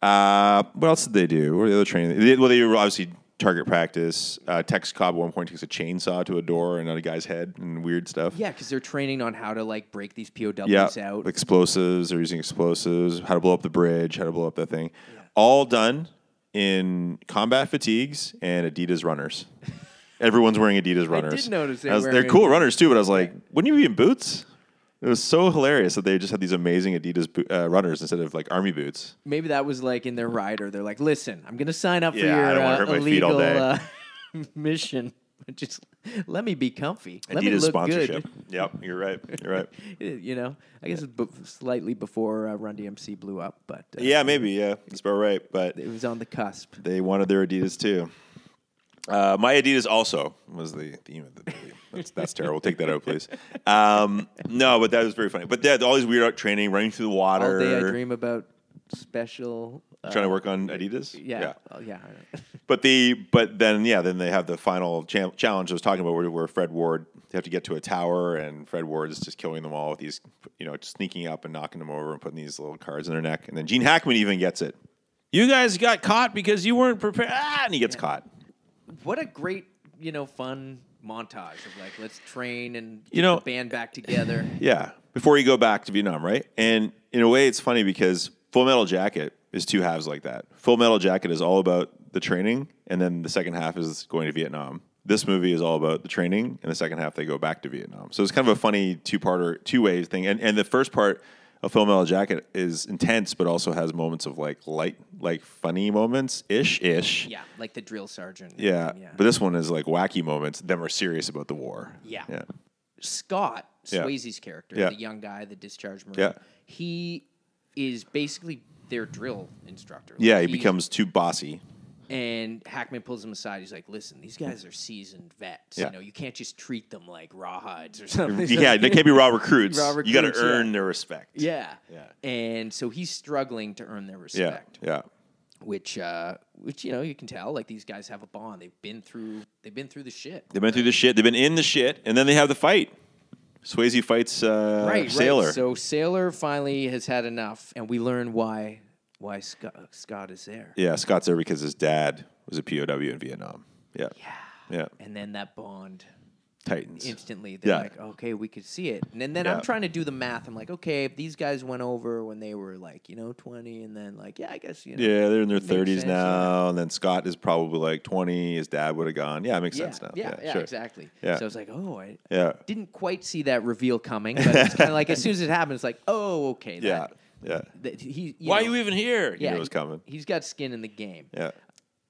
Speaker 3: Uh, what else did they do? What are the other training? They, well, they were obviously target practice. Uh, Tex Cobb at one point takes a chainsaw to a door and on a guy's head and weird stuff.
Speaker 1: yeah, because they're training on how to like break these POWs
Speaker 3: Yeah,
Speaker 1: out.
Speaker 3: explosives. They're using explosives. How to blow up the bridge? How to blow up that thing? All done in combat fatigues and Adidas runners. Everyone's wearing Adidas runners.
Speaker 1: notice they
Speaker 3: I was-
Speaker 1: were
Speaker 3: they're
Speaker 1: wearing
Speaker 3: cool runners too, but I was like, wouldn't you be in boots? It was so hilarious that they just had these amazing Adidas bo- uh, runners instead of like army boots.
Speaker 1: Maybe that was like in their rider. They're like, listen, I'm going to sign up for
Speaker 3: Yeah, I
Speaker 1: your
Speaker 3: don't wanna
Speaker 1: uh,
Speaker 3: hurt my feet all
Speaker 1: illegal
Speaker 3: day."
Speaker 1: uh, (laughs) mission. Just let me be comfy. let me
Speaker 3: Adidas
Speaker 1: look
Speaker 3: sponsorship. Yep, you're right.
Speaker 1: (laughs)
Speaker 3: You're right.
Speaker 1: good. You know, I guess it's b- slightly before uh, Run DMC blew up, but uh,
Speaker 3: Yeah, maybe. Yeah, that's about right. But
Speaker 1: it was on the cusp.
Speaker 3: they wanted their Adidas too. Uh, my Adidas also was the theme of the movie. That's, that's terrible. Take that out, please. Um, no, but that was very funny. But yeah, all these weird art training, running through the water,
Speaker 1: All day I dream about special. uh,
Speaker 3: trying to work on Adidas.
Speaker 1: yeah, oh, yeah. (laughs) I know.
Speaker 3: But the but then yeah, then they have the final cha- challenge I was talking about, where, where Fred Ward they have to get to a tower, and Fred Ward is just killing them all with these, you know, sneaking up and knocking them over and putting these little cards in their neck, and then Gene Hackman even gets it. You guys got caught because you weren't prepared, ah, and he gets caught.
Speaker 1: What a great, you know, fun montage of like let's train and
Speaker 3: You know-
Speaker 1: get the band back together.
Speaker 3: Yeah, before you go back to Vietnam, right? And in a way, it's funny because Full Metal Jacket is two halves like that. Full Metal Jacket is all about the training, and then the second half is going to Vietnam. This movie is all about the training, and the second half they go back to Vietnam. So it's kind of a funny two-parter, two ways thing. And and the first part of Full Metal Jacket is intense, but also has moments of like light, like funny moments, ish, ish.
Speaker 1: yeah, like the drill sergeant.
Speaker 3: Yeah.
Speaker 1: yeah.
Speaker 3: But this one is like wacky moments. Them are serious about the war.
Speaker 1: Yeah.
Speaker 3: Yeah.
Speaker 1: Scott
Speaker 3: Yeah.
Speaker 1: Swayze's character,
Speaker 3: Yeah.
Speaker 1: the young guy, the discharged marine.
Speaker 3: Yeah.
Speaker 1: He is basically their drill instructor. Like,
Speaker 3: Yeah. He
Speaker 1: he's-
Speaker 3: becomes too bossy.
Speaker 1: And Hackman pulls him aside. He's like, "Listen, these guys are seasoned vets.
Speaker 3: Yeah.
Speaker 1: You know, you can't just treat them like rawhides or (laughs) something."
Speaker 3: yeah, they can't be raw recruits.
Speaker 1: Raw
Speaker 3: you got to
Speaker 1: recruits, yeah.
Speaker 3: earn their respect.
Speaker 1: Yeah.
Speaker 3: Yeah.
Speaker 1: And so he's struggling to earn their
Speaker 3: yeah,
Speaker 1: respect,
Speaker 3: yeah.
Speaker 1: which uh, which you know you can tell like these guys have a bond. They've been through they've been through the shit.
Speaker 3: They've been through the shit. They've been in the shit, and then they have the fight. Swayze fights uh, Sailor.
Speaker 1: So Sailor finally has had enough, and we learn why why Scott, Scott is there.
Speaker 3: yeah, Scott's there because his dad was a POW in Vietnam. Yeah,
Speaker 1: Yeah.
Speaker 3: yeah.
Speaker 1: And then that bond
Speaker 3: Titans.
Speaker 1: instantly. They're
Speaker 3: Yeah.
Speaker 1: like, okay, we could see it. And then, then
Speaker 3: Yeah.
Speaker 1: I'm trying to do the math. I'm like, okay, if these guys went over when they were like, you know, 20, and then like, yeah, I guess you know.
Speaker 3: Yeah, they're in their thirties
Speaker 1: sense,
Speaker 3: now, and then Scott is probably like twenty. His dad would have gone. Yeah, it makes
Speaker 1: Yeah,
Speaker 3: sense now.
Speaker 1: yeah, yeah,
Speaker 3: sure.
Speaker 1: exactly.
Speaker 3: Yeah.
Speaker 1: So I was like, oh, I
Speaker 3: Yeah.
Speaker 1: didn't quite see that reveal coming, but it's kind of like as soon as it happens, like, oh, okay, that,
Speaker 3: Yeah, yeah.
Speaker 1: that he,
Speaker 3: Why
Speaker 1: know,
Speaker 3: are you even here? You
Speaker 1: yeah,
Speaker 3: knew it was coming.
Speaker 1: He's got skin in the game.
Speaker 3: Yeah,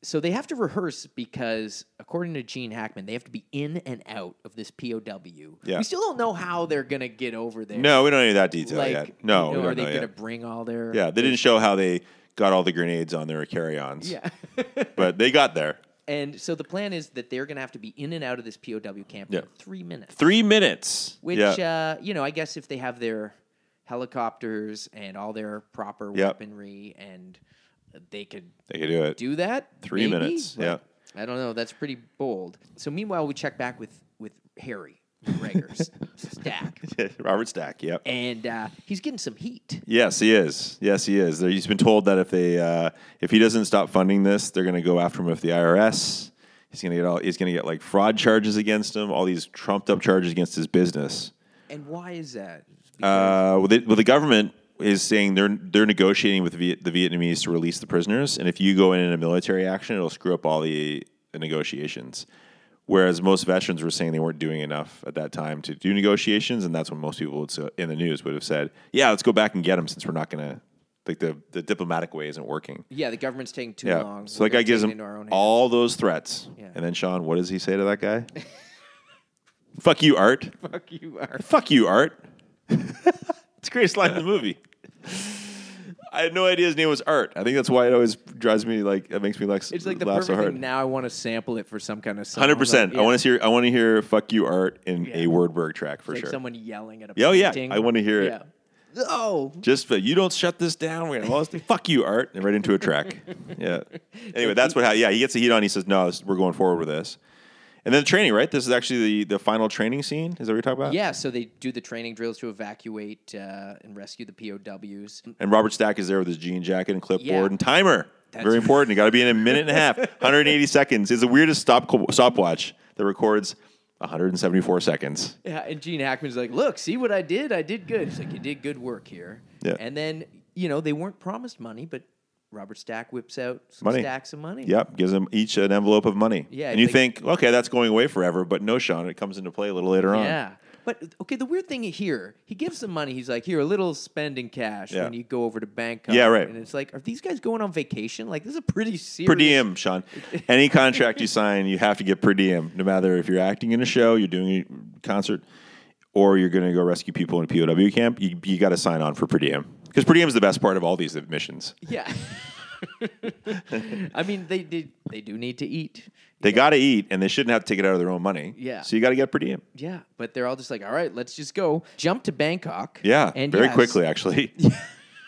Speaker 1: so they have to rehearse because according to Gene Hackman, they have to be in and out of this POW.
Speaker 3: Yeah.
Speaker 1: We still don't know how they're gonna get over there.
Speaker 3: no, we don't need that detail
Speaker 1: like,
Speaker 3: yet. No,
Speaker 1: you know,
Speaker 3: we don't
Speaker 1: are they
Speaker 3: know
Speaker 1: gonna
Speaker 3: yet.
Speaker 1: bring all their
Speaker 3: Yeah, they didn't show how they got all the grenades on their carry-ons.
Speaker 1: Yeah. (laughs)
Speaker 3: but they got there.
Speaker 1: and so the plan is that they're gonna have to be in and out of this POW camp
Speaker 3: Yeah.
Speaker 1: in three minutes.
Speaker 3: Three minutes.
Speaker 1: Which
Speaker 3: yeah,
Speaker 1: uh, you know, I guess if they have their helicopters and all their proper
Speaker 3: Yep.
Speaker 1: weaponry and they could
Speaker 3: they could do it.
Speaker 1: do that.
Speaker 3: Three
Speaker 1: maybe,
Speaker 3: minutes,
Speaker 1: but
Speaker 3: yeah.
Speaker 1: I don't know. That's pretty bold. So meanwhile, we check back with with Harry
Speaker 3: (laughs)
Speaker 1: Rager's stack,
Speaker 3: (laughs) Robert Stack. Yep.
Speaker 1: and uh, he's getting some heat.
Speaker 3: Yes, he is. Yes, he is. There- He's been told that if they uh, if he doesn't stop funding this, they're going to go after him with the IRS. He's going to get all. He's going to get like fraud charges against him. All these trumped up charges against his business.
Speaker 1: And why is that? Because-
Speaker 3: Uh, well, the, well, the government is saying they're they're negotiating with Viet, the Vietnamese to release the prisoners, and if you go in in a military action, it'll screw up all the, the negotiations. Whereas most veterans were saying they weren't doing enough at that time to do negotiations, and that's when most people would, s- in the news would have said, "Yeah, let's go back and get them," since we're not going to like the the diplomatic way isn't working.
Speaker 1: yeah, the government's taking too
Speaker 3: Yeah,
Speaker 1: long.
Speaker 3: so that
Speaker 1: We're
Speaker 3: guy gives
Speaker 1: taking it
Speaker 3: him
Speaker 1: into our own hands.
Speaker 3: all those threats,
Speaker 1: Yeah.
Speaker 3: and then Sean, what does he say to that
Speaker 1: (laughs)
Speaker 3: guy? Fuck you, Art.
Speaker 1: Fuck you, are.
Speaker 3: Fuck you, Art. (laughs) it's the greatest line in the movie. I had no idea his name was Art. I think that's why it always drives me like it makes me like
Speaker 1: It's like the
Speaker 3: laugh
Speaker 1: perfect
Speaker 3: so
Speaker 1: thing.
Speaker 3: hard.
Speaker 1: Now I want to sample it for some kind of song.
Speaker 3: Hundred percent.
Speaker 1: Like,
Speaker 3: I
Speaker 1: yeah,
Speaker 3: want to hear. I want to hear "Fuck You, Art" in
Speaker 1: Yeah.
Speaker 3: a Wordberg track for
Speaker 1: like
Speaker 3: sure.
Speaker 1: someone yelling at a
Speaker 3: Yeah, oh, yeah.
Speaker 1: painting.
Speaker 3: I wanna hear it.
Speaker 1: Yeah. Oh,
Speaker 3: Just but you don't shut this down. We're gonna all fuck you, Art, and right into
Speaker 1: (laughs)
Speaker 3: a track. yeah. Anyway, that's what. happened. Yeah, he gets the heat on. He says, "No, this, we're going forward with this." And then the training, right? This is actually the the final training scene. Is that what you're talking about?
Speaker 1: yeah. So they do the training drills to evacuate uh, and rescue the POWs.
Speaker 3: And Robert Stack is there with his jean jacket and clipboard
Speaker 1: Yeah.
Speaker 3: and timer.
Speaker 1: That's-
Speaker 3: Very important. You got to be in a minute and
Speaker 1: (laughs)
Speaker 3: a half, 180 seconds. It's the weirdest stop stopwatch that records 174 seconds.
Speaker 1: Yeah, and Gene Hackman's like, "Look, see what I did? I did good." He's like, "You did good work here."
Speaker 3: Yeah.
Speaker 1: And then you know they weren't promised money, but Robert Stack whips out some
Speaker 3: Money.
Speaker 1: stacks of money.
Speaker 3: Yep, gives them each an envelope of money.
Speaker 1: Yeah,
Speaker 3: and you
Speaker 1: like-
Speaker 3: think, okay, that's going away forever, but no, Sean, it comes into play a little later on.
Speaker 1: Yeah. But okay, the weird thing here, he gives them money. He's like, "Here, a little spending cash
Speaker 3: Yeah.
Speaker 1: when you go over to Bangkok."
Speaker 3: Yeah, right.
Speaker 1: And it's like, are these guys going on vacation? Like, this is a pretty serious.
Speaker 3: Per
Speaker 1: (laughs)
Speaker 3: diem, Sean. Any contract you sign, you have to get per diem, no matter if you're acting in a show, you're doing a concert, or you're going to go rescue people in a POW camp. You, you got to sign on for per diem because per diem is the best part of all these missions.
Speaker 1: Yeah. (laughs) I mean, they did. They do need to eat.
Speaker 3: They got to eat, and they shouldn't have to take it out of their own money.
Speaker 1: Yeah.
Speaker 3: So you got to get per diem.
Speaker 1: Yeah, but they're all just like, all right, let's just go. Jump to Bangkok.
Speaker 3: Yeah. very
Speaker 1: yes,
Speaker 3: quickly,
Speaker 1: (laughs)
Speaker 3: actually.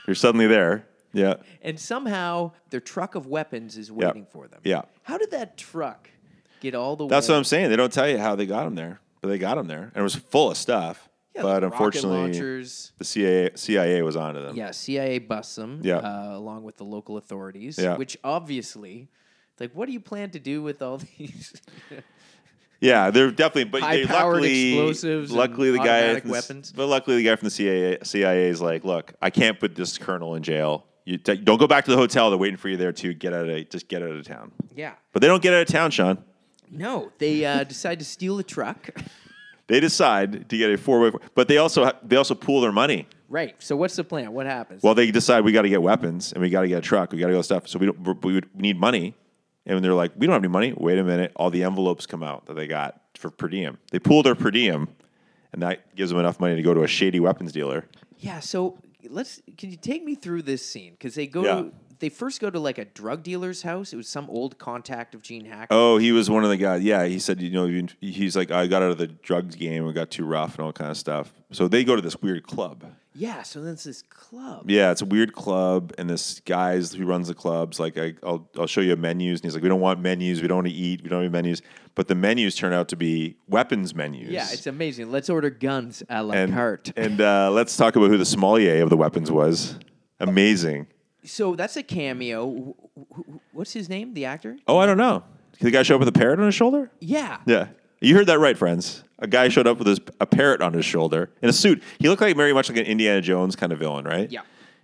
Speaker 3: You're suddenly there. Yeah.
Speaker 1: And somehow their truck of weapons is waiting for them.
Speaker 3: Yeah.
Speaker 1: How did that truck get all the
Speaker 3: That's
Speaker 1: way?
Speaker 3: what I'm saying. They don't tell you how they got them there, but they got them there, and it was full of stuff.
Speaker 1: Yeah,
Speaker 3: but
Speaker 1: rocket
Speaker 3: unfortunately,
Speaker 1: launchers.
Speaker 3: the CIA, CIA was onto them.
Speaker 1: Yeah, CIA busts them
Speaker 3: Yeah.
Speaker 1: uh, along with the local authorities,
Speaker 3: Yeah.
Speaker 1: which obviously, it's like, what do you plan to do with all (laughs) these?
Speaker 3: Yeah, they're definitely. But they
Speaker 1: High-powered
Speaker 3: luckily,
Speaker 1: explosives and
Speaker 3: luckily the guy,
Speaker 1: automatic
Speaker 3: from the-
Speaker 1: weapons.
Speaker 3: but luckily the guy from the CIA, CIA is like, look, I can't put this colonel in jail. You t- don't go back to the hotel. They're waiting for you there too. Get out of just get out of town.
Speaker 1: yeah.
Speaker 3: But they don't get out of town, Sean.
Speaker 1: No, they uh, decide to steal the truck. (laughs)
Speaker 3: They decide to get a four way. But they also ha- they also pool their money.
Speaker 1: right. So what's the plan? What happens?
Speaker 3: Well, they decide we got to get weapons and we got to get a truck. We got to go stuff. So we don't. we're- We would- we need money. And they're like, we don't have any money. Wait a minute. All the envelopes come out that they got for per diem. They pool their per diem, and that gives them enough money to go to a shady weapons dealer.
Speaker 1: Yeah, so let's can you take me through this scene because they go
Speaker 3: Yeah.
Speaker 1: to they first go to like a drug dealer's house. It was some old contact of Gene Hackman.
Speaker 3: Oh, he was one of the guys. Yeah, he said, you know, you- he's like, I got out of the drugs game. It got too rough and all kind of stuff. So they go to this weird club.
Speaker 1: Yeah, so then it's this club.
Speaker 3: Yeah, it's a weird club, and this guy's who runs the club's like, I, I'll I'll show you menus, and he's like, we don't want menus, we don't want to eat, we don't have menus. But the menus turn out to be weapons menus.
Speaker 1: Yeah, it's amazing. Let's order guns a la
Speaker 3: and
Speaker 1: carte.
Speaker 3: (laughs) and uh, let's talk about who the sommelier of the weapons was. Amazing.
Speaker 1: so that's a cameo. Wh- wh- wh- What's his name? The actor?
Speaker 3: Oh, I don't know. Did the guy show up with a parrot on his shoulder?
Speaker 1: Yeah.
Speaker 3: Yeah. You heard that right, friends. A guy showed up with his, a parrot on his shoulder in a suit. He looked like very much like an Indiana Jones kind of villain, right?
Speaker 1: Yeah.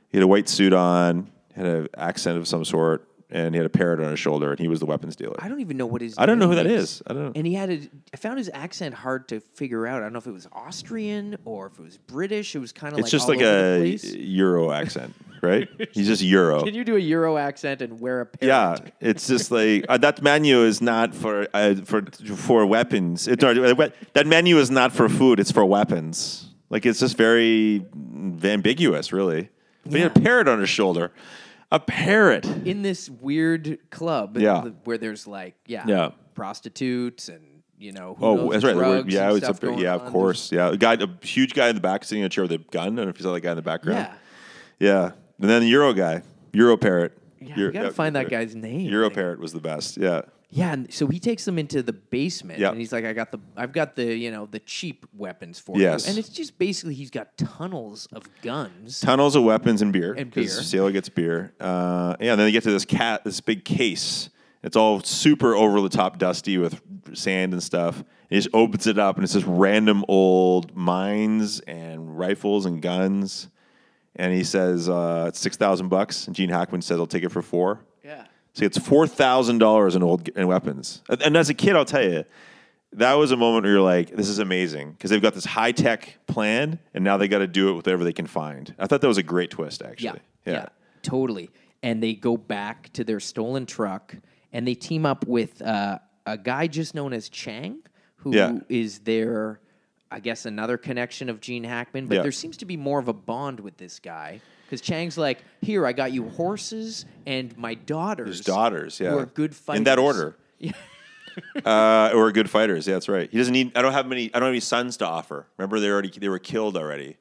Speaker 3: He had a white suit on, had an accent of some sort, and he had a parrot on his shoulder, and he was the weapons dealer.
Speaker 1: I don't even know what his.
Speaker 3: I don't know who
Speaker 1: name
Speaker 3: that is. I don't know.
Speaker 1: And he had a. I found his accent hard to figure out. I don't know if it was Austrian or if it was British. It was kind of
Speaker 3: It's
Speaker 1: like
Speaker 3: just
Speaker 1: all
Speaker 3: like
Speaker 1: over the
Speaker 3: a
Speaker 1: place.
Speaker 3: Euro accent,
Speaker 1: (laughs)
Speaker 3: right? He's just Euro.
Speaker 1: Can you do a Euro accent and wear a parrot?
Speaker 3: Yeah, it's just like uh, that menu is not for uh, for for weapons. It, no, we- that menu is not for food. It's for weapons. Like it's just very ambiguous, really. But he had a parrot on his shoulder. A parrot.
Speaker 1: in this weird club
Speaker 3: Yeah.
Speaker 1: th- where there's like yeah,
Speaker 3: Yeah.
Speaker 1: prostitutes and you know who
Speaker 3: Oh,
Speaker 1: knows,
Speaker 3: that's right. There were-
Speaker 1: drugs
Speaker 3: yeah,
Speaker 1: and
Speaker 3: it's a,
Speaker 1: stuff
Speaker 3: par-
Speaker 1: going
Speaker 3: yeah, of
Speaker 1: on.
Speaker 3: course. Yeah, a guy, a huge guy in the back sitting in a chair with a gun. I don't know if you saw that guy in the background.
Speaker 1: yeah
Speaker 3: Yeah. And then the Euro guy, Euro parrot.
Speaker 1: yeah
Speaker 3: Euro-
Speaker 1: you gotta
Speaker 3: yeah,
Speaker 1: find that guy's name I
Speaker 3: Euro
Speaker 1: think.
Speaker 3: parrot was the best. Yeah.
Speaker 1: yeah and so he takes them into the basement
Speaker 3: Yeah.
Speaker 1: and he's like I got the I've got the you know the cheap weapons for
Speaker 3: Yes.
Speaker 1: you and it's just basically he's got tunnels of guns
Speaker 3: tunnels of weapons and beer.
Speaker 1: And
Speaker 3: 'cause
Speaker 1: beer.
Speaker 3: Sailor gets beer. Uh, yeah, and then they get to this cat, this big case. It's all super over the top, dusty with sand and stuff. And he just opens it up, and it's just random old mines and rifles and guns. And he says uh, it's six thousand bucks. And Gene Hackman says I'll take it for four.
Speaker 1: yeah
Speaker 3: So it's four thousand dollars in old in weapons. And- And as a kid, I'll tell you, that was a moment where you're like, "This is amazing," because they've got this high tech plan, and now they got to do it with whatever they can find. I thought that was a great twist,
Speaker 1: yeah,
Speaker 3: actually.
Speaker 1: yeah totally and they go back to their stolen truck and they team up with uh, a guy just known as Chang who is
Speaker 3: Yeah.
Speaker 1: their I guess another connection of Gene Hackman but
Speaker 3: Yeah.
Speaker 1: there seems to be more of a bond with this guy cuz Chang's like here I got you horses and my daughters
Speaker 3: His daughters, yeah,
Speaker 1: who are good fighters
Speaker 3: in that order.
Speaker 1: Yeah.
Speaker 3: uh, or good fighters. Yeah, that's right. He doesn't need. I don't have many. I don't have any sons to offer. Remember, they already they were killed already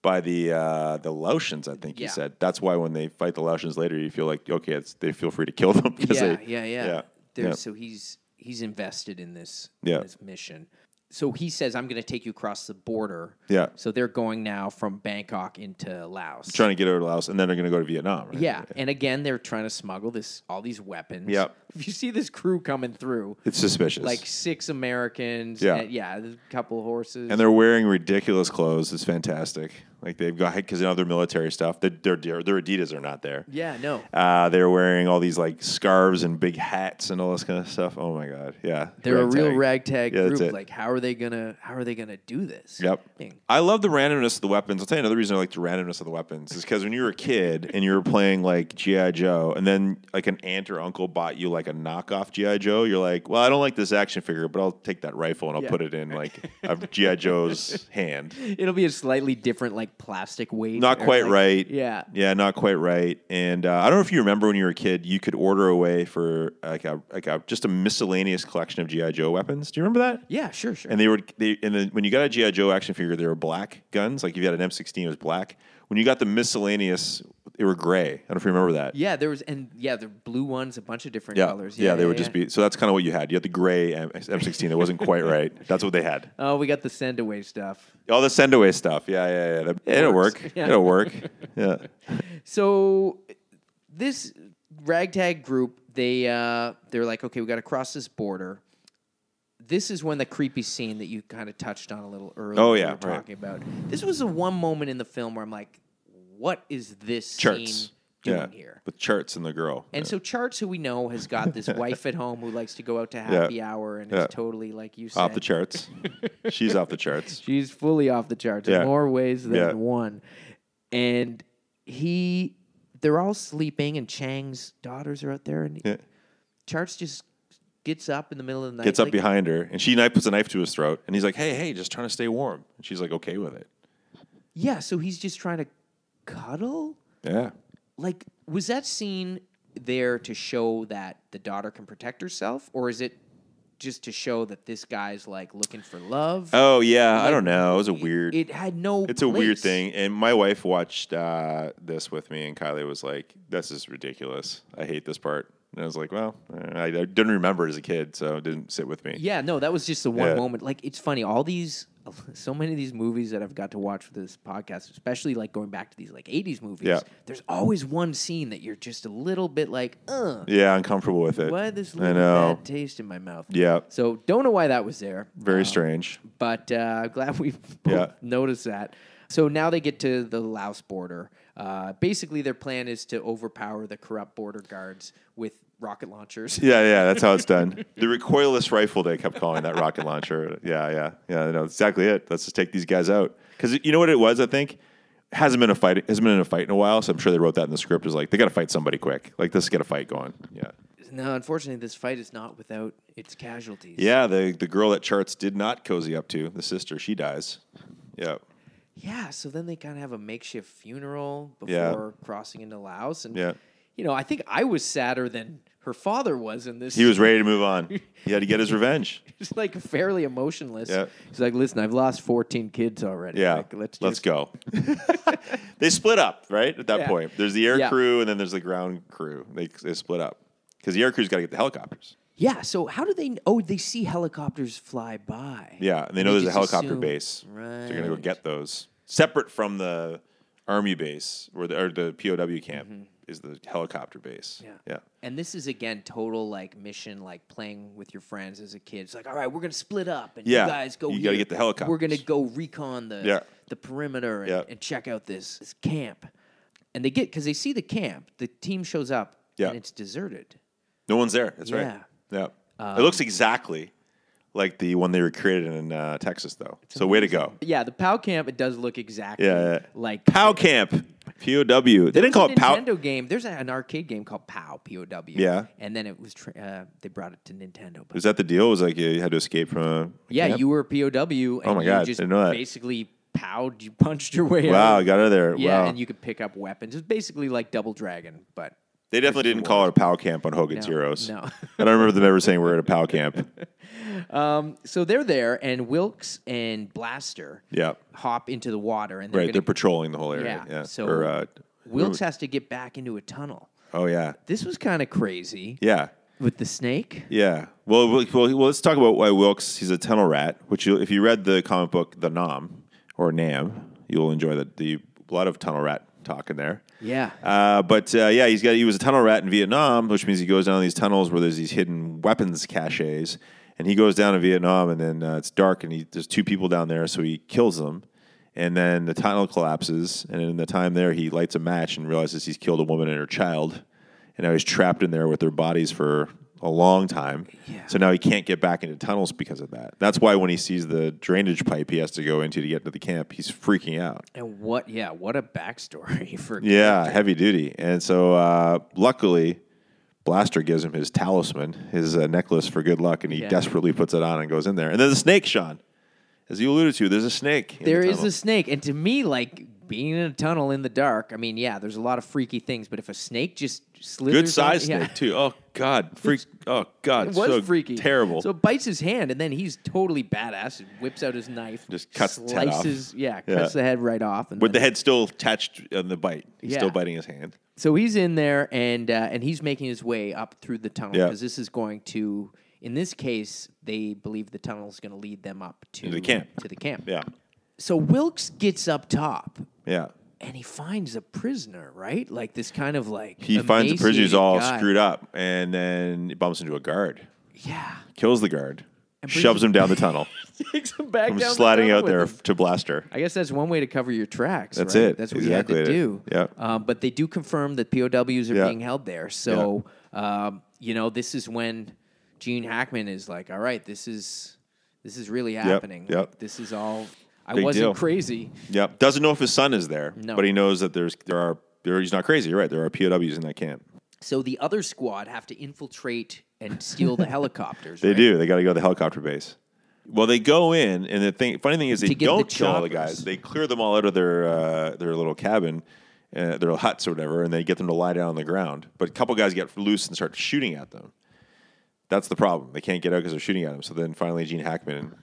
Speaker 3: by the uh, the Laotians. I think
Speaker 1: Yeah.
Speaker 3: he said. That's why when they fight the Laotians later, you feel like okay, it's, they feel free to kill them. 'cause
Speaker 1: yeah,
Speaker 3: they-
Speaker 1: yeah, yeah, There's,
Speaker 3: yeah.
Speaker 1: So he's he's invested in this
Speaker 3: Yeah.
Speaker 1: this mission. So he says, "I'm going to take you across the border."
Speaker 3: Yeah.
Speaker 1: So they're going now from Bangkok into Laos.
Speaker 3: Trying to get over to Laos, and then they're going to go to Vietnam. Right?
Speaker 1: yeah, and again they're trying to smuggle this all these weapons.
Speaker 3: Yep.
Speaker 1: If you see this crew coming through,
Speaker 3: It's suspicious.
Speaker 1: like six Americans,
Speaker 3: Yeah.
Speaker 1: and, yeah, a couple horses,
Speaker 3: and they're wearing ridiculous clothes. It's fantastic. Like they've got because you know their military stuff. Their their their Adidas are not there.
Speaker 1: yeah, no,
Speaker 3: Uh, they're wearing all these like scarves and big hats and all this kind of stuff. Oh my god, yeah.
Speaker 1: they're a real ragtag
Speaker 3: Yeah, that's
Speaker 1: group.
Speaker 3: it.
Speaker 1: Like, how are they gonna how are they gonna do this?
Speaker 3: Yep.
Speaker 1: thing?
Speaker 3: I love the randomness of the weapons. I'll tell you another reason I like the randomness of the weapons is because when you were a kid and you were playing like GI Joe, and then like an aunt or uncle bought you like like a knockoff GI Joe, you're like, well, I don't like this action figure, but I'll take that rifle and I'll
Speaker 1: Yeah.
Speaker 3: put it in like a GI Joe's hand.
Speaker 1: It'll be a slightly different, like plastic weight.
Speaker 3: Not
Speaker 1: or,
Speaker 3: quite
Speaker 1: like-
Speaker 3: right.
Speaker 1: Yeah.
Speaker 3: Yeah, not quite right. And uh, I don't know if you remember when you were a kid, you could order away for like a like a just a miscellaneous collection of GI Joe weapons. Do you remember that?
Speaker 1: Yeah, sure, sure.
Speaker 3: And they were they and then when you got a GI Joe action figure, they were black guns. Like if you had an M16, it was black. When you got the miscellaneous, they were gray. I don't know if you remember that.
Speaker 1: yeah, there was, and yeah, the blue ones, a bunch of different
Speaker 3: Yeah,
Speaker 1: colors.
Speaker 3: yeah, they would just be. So that's kind of what you had. You had the gray M- M16. That
Speaker 1: (laughs)
Speaker 3: wasn't quite right. That's what they had.
Speaker 1: Oh, we got the send away stuff.
Speaker 3: All the send away stuff. Yeah, yeah, yeah. That- it'll
Speaker 1: Works.
Speaker 3: work.
Speaker 1: Yeah. (laughs)
Speaker 3: It'll work. Yeah.
Speaker 1: So this ragtag group, they uh, they're like, okay, we got to cross this border. This is when the creepy scene that you kind of touched on a little earlier.
Speaker 3: Oh,
Speaker 1: we
Speaker 3: yeah,
Speaker 1: were
Speaker 3: right.
Speaker 1: talking about. This was the one moment in the film where I'm like, what is this scene
Speaker 3: Charts.
Speaker 1: doing
Speaker 3: yeah.
Speaker 1: here?
Speaker 3: With charts and the girl.
Speaker 1: And so Charts, who we know, has got
Speaker 3: (laughs)
Speaker 1: this wife at home who likes to go out to
Speaker 3: Yeah.
Speaker 1: happy hour and
Speaker 3: Yeah.
Speaker 1: is totally like you said.
Speaker 3: off
Speaker 1: (laughs)
Speaker 3: the charts. She's off the charts.
Speaker 1: She's fully off the charts
Speaker 3: Yeah.
Speaker 1: in more ways than
Speaker 3: Yeah.
Speaker 1: one. And he, they're all sleeping, and Chang's daughters are out there, and
Speaker 3: Yeah.
Speaker 1: Charts just gets up in the middle of the night.
Speaker 3: Gets up
Speaker 1: like,
Speaker 3: behind her and she knife puts a knife to his throat and he's like, "Hey, hey, just trying to stay warm." And she's like, "Okay with it."
Speaker 1: Yeah, so he's just trying to cuddle.
Speaker 3: Yeah.
Speaker 1: Like, was that scene there to show that the daughter can protect herself, or is it just to show that this guy's like looking for love?
Speaker 3: Oh yeah, I don't know. It was a weird.
Speaker 1: It had no.
Speaker 3: it's a weird
Speaker 1: place.
Speaker 3: thing. And my wife watched uh, this with me, and Kylie was like, "This is ridiculous. I hate this part." And I was like, "Well, I, I didn't remember it as a kid, so it didn't sit with me."
Speaker 1: Yeah, no, that was just the one
Speaker 3: Yeah.
Speaker 1: moment. Like, it's funny. All these, (laughs) so many of these movies that I've got to watch for this podcast, especially like going back to these like '80s movies.
Speaker 3: Yeah.
Speaker 1: There's always one scene that you're just a little bit like, uh,
Speaker 3: Yeah, uncomfortable with it.
Speaker 1: why this
Speaker 3: I
Speaker 1: little
Speaker 3: know.
Speaker 1: bad taste in my mouth?
Speaker 3: Yeah,
Speaker 1: So don't know why that was there,
Speaker 3: very strange.
Speaker 1: but uh, (laughs) glad we both
Speaker 3: Yeah.
Speaker 1: noticed that. So now they get to the Laos border. Uh, basically, their plan is to overpower the corrupt border guards with rocket launchers. (laughs)
Speaker 3: (laughs) Yeah, yeah, that's how it's done. (laughs) the recoilless rifle they kept calling that rocket launcher. Yeah, yeah, yeah. No, that's exactly it. Let's just take these guys out. Because you know what it was, I think hasn't been a fight hasn't been in a fight in a while. So I'm sure they wrote that in the script. Is like they got to fight somebody quick. Like let's get a fight going. Yeah,
Speaker 1: No, unfortunately, this fight is not without its casualties.
Speaker 3: yeah. The the girl that charts did not cozy up to the sister. She dies. Yeah,
Speaker 1: Yeah, so then they kind of have a makeshift funeral before
Speaker 3: Yeah.
Speaker 1: crossing into Laos, and
Speaker 3: Yeah.
Speaker 1: you know, I think I was sadder than her father was in this.
Speaker 3: he
Speaker 1: (laughs)
Speaker 3: was ready to move on. He had to get his revenge.
Speaker 1: He's like fairly emotionless.
Speaker 3: Yeah.
Speaker 1: He's like, "Listen, I've lost fourteen kids already.
Speaker 3: Yeah,
Speaker 1: Like,
Speaker 3: let's,
Speaker 1: let's just- (laughs)
Speaker 3: go. they split up, right? At that
Speaker 1: Yeah.
Speaker 3: point, there's the air
Speaker 1: Yeah.
Speaker 3: crew and then there's the ground crew. They, they split up because the air crew's got to get the helicopters.
Speaker 1: Yeah. So how do they? Oh, they see helicopters fly by.
Speaker 3: Yeah, and they know
Speaker 1: They
Speaker 3: there's a
Speaker 1: just
Speaker 3: helicopter
Speaker 1: assume.
Speaker 3: base, so they're gonna go
Speaker 1: Right.
Speaker 3: get those separate from the army base or the or the POW camp is the helicopter base.
Speaker 1: Mm-hmm. Yeah.
Speaker 3: yeah,
Speaker 1: And this is again total like mission, like playing with your friends as a kid. It's like, all right, we're gonna split up, and
Speaker 3: Yeah,
Speaker 1: you guys go.
Speaker 3: you gotta
Speaker 1: here.
Speaker 3: get the helicopters.
Speaker 1: We're gonna go recon the
Speaker 3: Yeah.
Speaker 1: the perimeter and,
Speaker 3: Yeah.
Speaker 1: and check out this, this camp. And they get because they see the camp. The team shows up,
Speaker 3: Yeah.
Speaker 1: and it's deserted.
Speaker 3: No one's there. That's right. Yeah,
Speaker 1: Um,
Speaker 3: it looks exactly like the one they were created in uh, Texas, though. So way to go,
Speaker 1: Yeah, the POW camp. It does look exactly
Speaker 3: Yeah, yeah.
Speaker 1: like
Speaker 3: POW camp, POW. They didn't
Speaker 1: There's a
Speaker 3: call it POW.
Speaker 1: Nintendo game. There's a- an arcade game called POW, POW.
Speaker 3: Yeah.
Speaker 1: And then it was tra- uh, they brought it to Nintendo. But
Speaker 3: Was that the deal? It was like you had to escape from a
Speaker 1: yeah,
Speaker 3: camp?
Speaker 1: you were a POW. And
Speaker 3: Oh my
Speaker 1: you
Speaker 3: God,
Speaker 1: Just
Speaker 3: didn't know that.
Speaker 1: Basically, POW'd. You (laughs) punched your way out.
Speaker 3: Wow, I got out of there.
Speaker 1: Yeah,
Speaker 3: wow.
Speaker 1: and you could pick up weapons. It's basically like Double Dragon, but
Speaker 3: they definitely didn't call it a POW camp on Hogan's
Speaker 1: No,
Speaker 3: Heroes. (laughs)
Speaker 1: no.
Speaker 3: I don't remember them ever saying we're at a POW
Speaker 1: (laughs)
Speaker 3: camp.
Speaker 1: so they're there, and Wilkes and Blaster,
Speaker 3: Yeah.
Speaker 1: hop into the water, and they're
Speaker 3: Right, they're
Speaker 1: gonna,
Speaker 3: patrolling the whole area.
Speaker 1: yeah.
Speaker 3: Yeah.
Speaker 1: So
Speaker 3: Or, uh,
Speaker 1: Wilkes has to get back into a tunnel.
Speaker 3: oh yeah,
Speaker 1: This was kind of crazy
Speaker 3: yeah,
Speaker 1: with the snake.
Speaker 3: yeah. Well, well, well, let's talk about why Wilkes. He's a tunnel rat. Which, you, if you read the comic book, the Nom or Nam, you'll enjoy the the a lot of tunnel rat talk in there.
Speaker 1: Yeah,
Speaker 3: Uh, but uh, yeah, he's got he was a tunnel rat in Vietnam, which means he goes down these tunnels where there's these hidden weapons caches, and he goes down to Vietnam, and then uh, it's dark, and he, there's two people down there, so he kills them, and then the tunnel collapses, and in the time there, he lights a match and realizes he's killed a woman and her child, and now he's trapped in there with their bodies for a long time.
Speaker 1: Yeah.
Speaker 3: So now he can't get back into tunnels because of that. That's why when he sees the drainage pipe he has to go into to get to the camp, he's freaking out.
Speaker 1: and what? Yeah, what a backstory (laughs) for
Speaker 3: Yeah, heavy duty. And so, uh, luckily, Blaster gives him his talisman, his uh, necklace for good luck, and he
Speaker 1: Yeah.
Speaker 3: desperately puts it on and goes in there. And there's a snake, Sean. As you alluded to, there's a snake. in the
Speaker 1: There is
Speaker 3: tunnel.
Speaker 1: a snake, and to me, like being in a tunnel in the dark. I mean, yeah, there's a lot of freaky things, but if a snake just slithers,
Speaker 3: good size
Speaker 1: on,
Speaker 3: snake
Speaker 1: yeah. (laughs)
Speaker 3: too. Oh God, freak! Oh God,
Speaker 1: It was
Speaker 3: so
Speaker 1: freaky,
Speaker 3: terrible.
Speaker 1: So it bites his hand, and then he's totally badass and whips out his knife,
Speaker 3: Just cuts the head off.
Speaker 1: slices, yeah,
Speaker 3: Yeah.
Speaker 1: cuts the head right off, and
Speaker 3: With the
Speaker 1: then-
Speaker 3: head still attached on the bite, he's still
Speaker 1: Yeah.
Speaker 3: biting his hand.
Speaker 1: So he's in there, and uh, and he's making his way up through the tunnel
Speaker 3: Yeah.
Speaker 1: because this is going to, in this case, they believe the tunnel is going to lead them up to
Speaker 3: the camp.
Speaker 1: To the camp.
Speaker 3: Yeah,
Speaker 1: So Wilkes gets up top,
Speaker 3: yeah.
Speaker 1: and he finds a prisoner, right? Like this kind of like
Speaker 3: He finds the prisoners all
Speaker 1: screwed
Speaker 3: screwed up, and then he bumps into a guard,
Speaker 1: Yeah,
Speaker 3: kills the guard,
Speaker 1: brings
Speaker 3: shoves him down the tunnel,
Speaker 1: (laughs) takes him back
Speaker 3: comes
Speaker 1: down the
Speaker 3: sliding
Speaker 1: tunnel
Speaker 3: out
Speaker 1: with
Speaker 3: there
Speaker 1: him.
Speaker 3: to Blaster.
Speaker 1: I guess that's one way to cover your tracks.
Speaker 3: That's
Speaker 1: right?
Speaker 3: it.
Speaker 1: That's what
Speaker 3: Exactly
Speaker 1: you had
Speaker 3: it
Speaker 1: to
Speaker 3: is.
Speaker 1: do.
Speaker 3: Yeah.
Speaker 1: Um, but they do confirm that POWs are
Speaker 3: Yeah.
Speaker 1: being held there. So um, you know, this is when Gene Hackman is like, "All right, this is this is really happening.
Speaker 3: yep.
Speaker 1: This is all. I
Speaker 3: Big
Speaker 1: wasn't
Speaker 3: deal.
Speaker 1: crazy.
Speaker 3: Yeah, doesn't know if his son is there,
Speaker 1: No.
Speaker 3: but he knows that there's there are there, he's not crazy. You're right. There are POWs in that camp.
Speaker 1: So the other squad have to infiltrate and steal
Speaker 3: (laughs)
Speaker 1: the helicopters.
Speaker 3: They
Speaker 1: right?
Speaker 3: do. They got to go to the helicopter base. Well, they go in, and the thing, funny thing is, they
Speaker 1: To get the
Speaker 3: don't kill all the
Speaker 1: choppers.
Speaker 3: guys. They clear them all out of their uh, their little cabin, uh, their huts or whatever, and they get them to lie down on the ground. But a couple guys get loose and start shooting at them. That's the problem. They can't get out because they're shooting at them. So then finally, Gene Hackman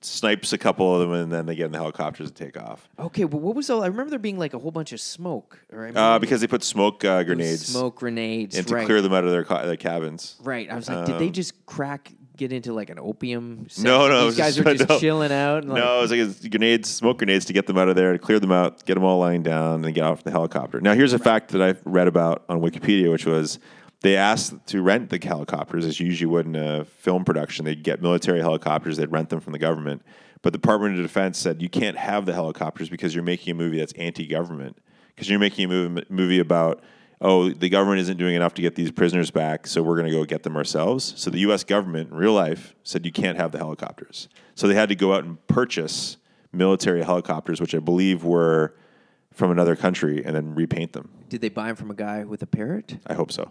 Speaker 3: snipes a couple of them, and then they get in the helicopters and take off
Speaker 1: Okay, but what was all? I remember there being like a whole bunch of smoke. Or I
Speaker 3: uh,
Speaker 1: remember
Speaker 3: because they put smoke uh, grenades
Speaker 1: smoke grenades,
Speaker 3: and to
Speaker 1: right?
Speaker 3: clear them out of their ca- their cabins.
Speaker 1: Right. I was like, did they just crack get into like an opium? Session?
Speaker 3: No, no, it was
Speaker 1: These guys
Speaker 3: just-
Speaker 1: are just
Speaker 3: no.
Speaker 1: chilling out. And, like,
Speaker 3: no, it was like it's grenades, smoke grenades to get them out of there, to clear them out, get them all lying down, and get off the helicopter. Now, here's a fact that I read about on Wikipedia, which was they asked to rent the helicopters, as you usually would in a film production. They'd get military helicopters, they'd rent them from the government. But the Department of Defense said you can't have the helicopters because you're making a movie that's anti-government. Because you're making a movie, movie about oh the government isn't doing enough to get these prisoners back, so we're going to go get them ourselves. So the U.S. government in real life said you can't have the helicopters. So they had to go out and purchase military helicopters, which I believe were from another country, and then repaint them.
Speaker 1: Did they buy him from a guy with a parrot?
Speaker 3: I hope so.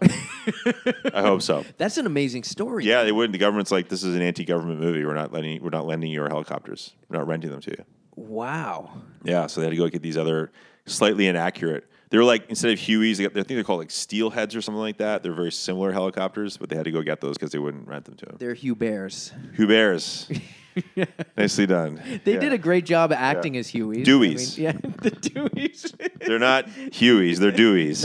Speaker 3: I hope so.
Speaker 1: That's an amazing story.
Speaker 3: Yeah, they wouldn't. The government's like, this is an anti-government movie. We're not lending. We're not lending you our helicopters. We're not renting them to you.
Speaker 1: Wow.
Speaker 3: Yeah, so they had to go get these other slightly inaccurate. They were like instead of Hueys, they got, I think they're called like Steelheads or something like that. They're very similar helicopters, but they had to go get those because they wouldn't rent them to him.
Speaker 1: They're Hugh Bears.
Speaker 3: Huber's,
Speaker 1: (laughs)
Speaker 3: nicely done.
Speaker 1: They
Speaker 3: Yeah.
Speaker 1: did a great job of acting as Hueys.
Speaker 3: Deweys.
Speaker 1: I mean, yeah, (laughs) the Deweys.
Speaker 3: They're not Hueys, they're Deweys.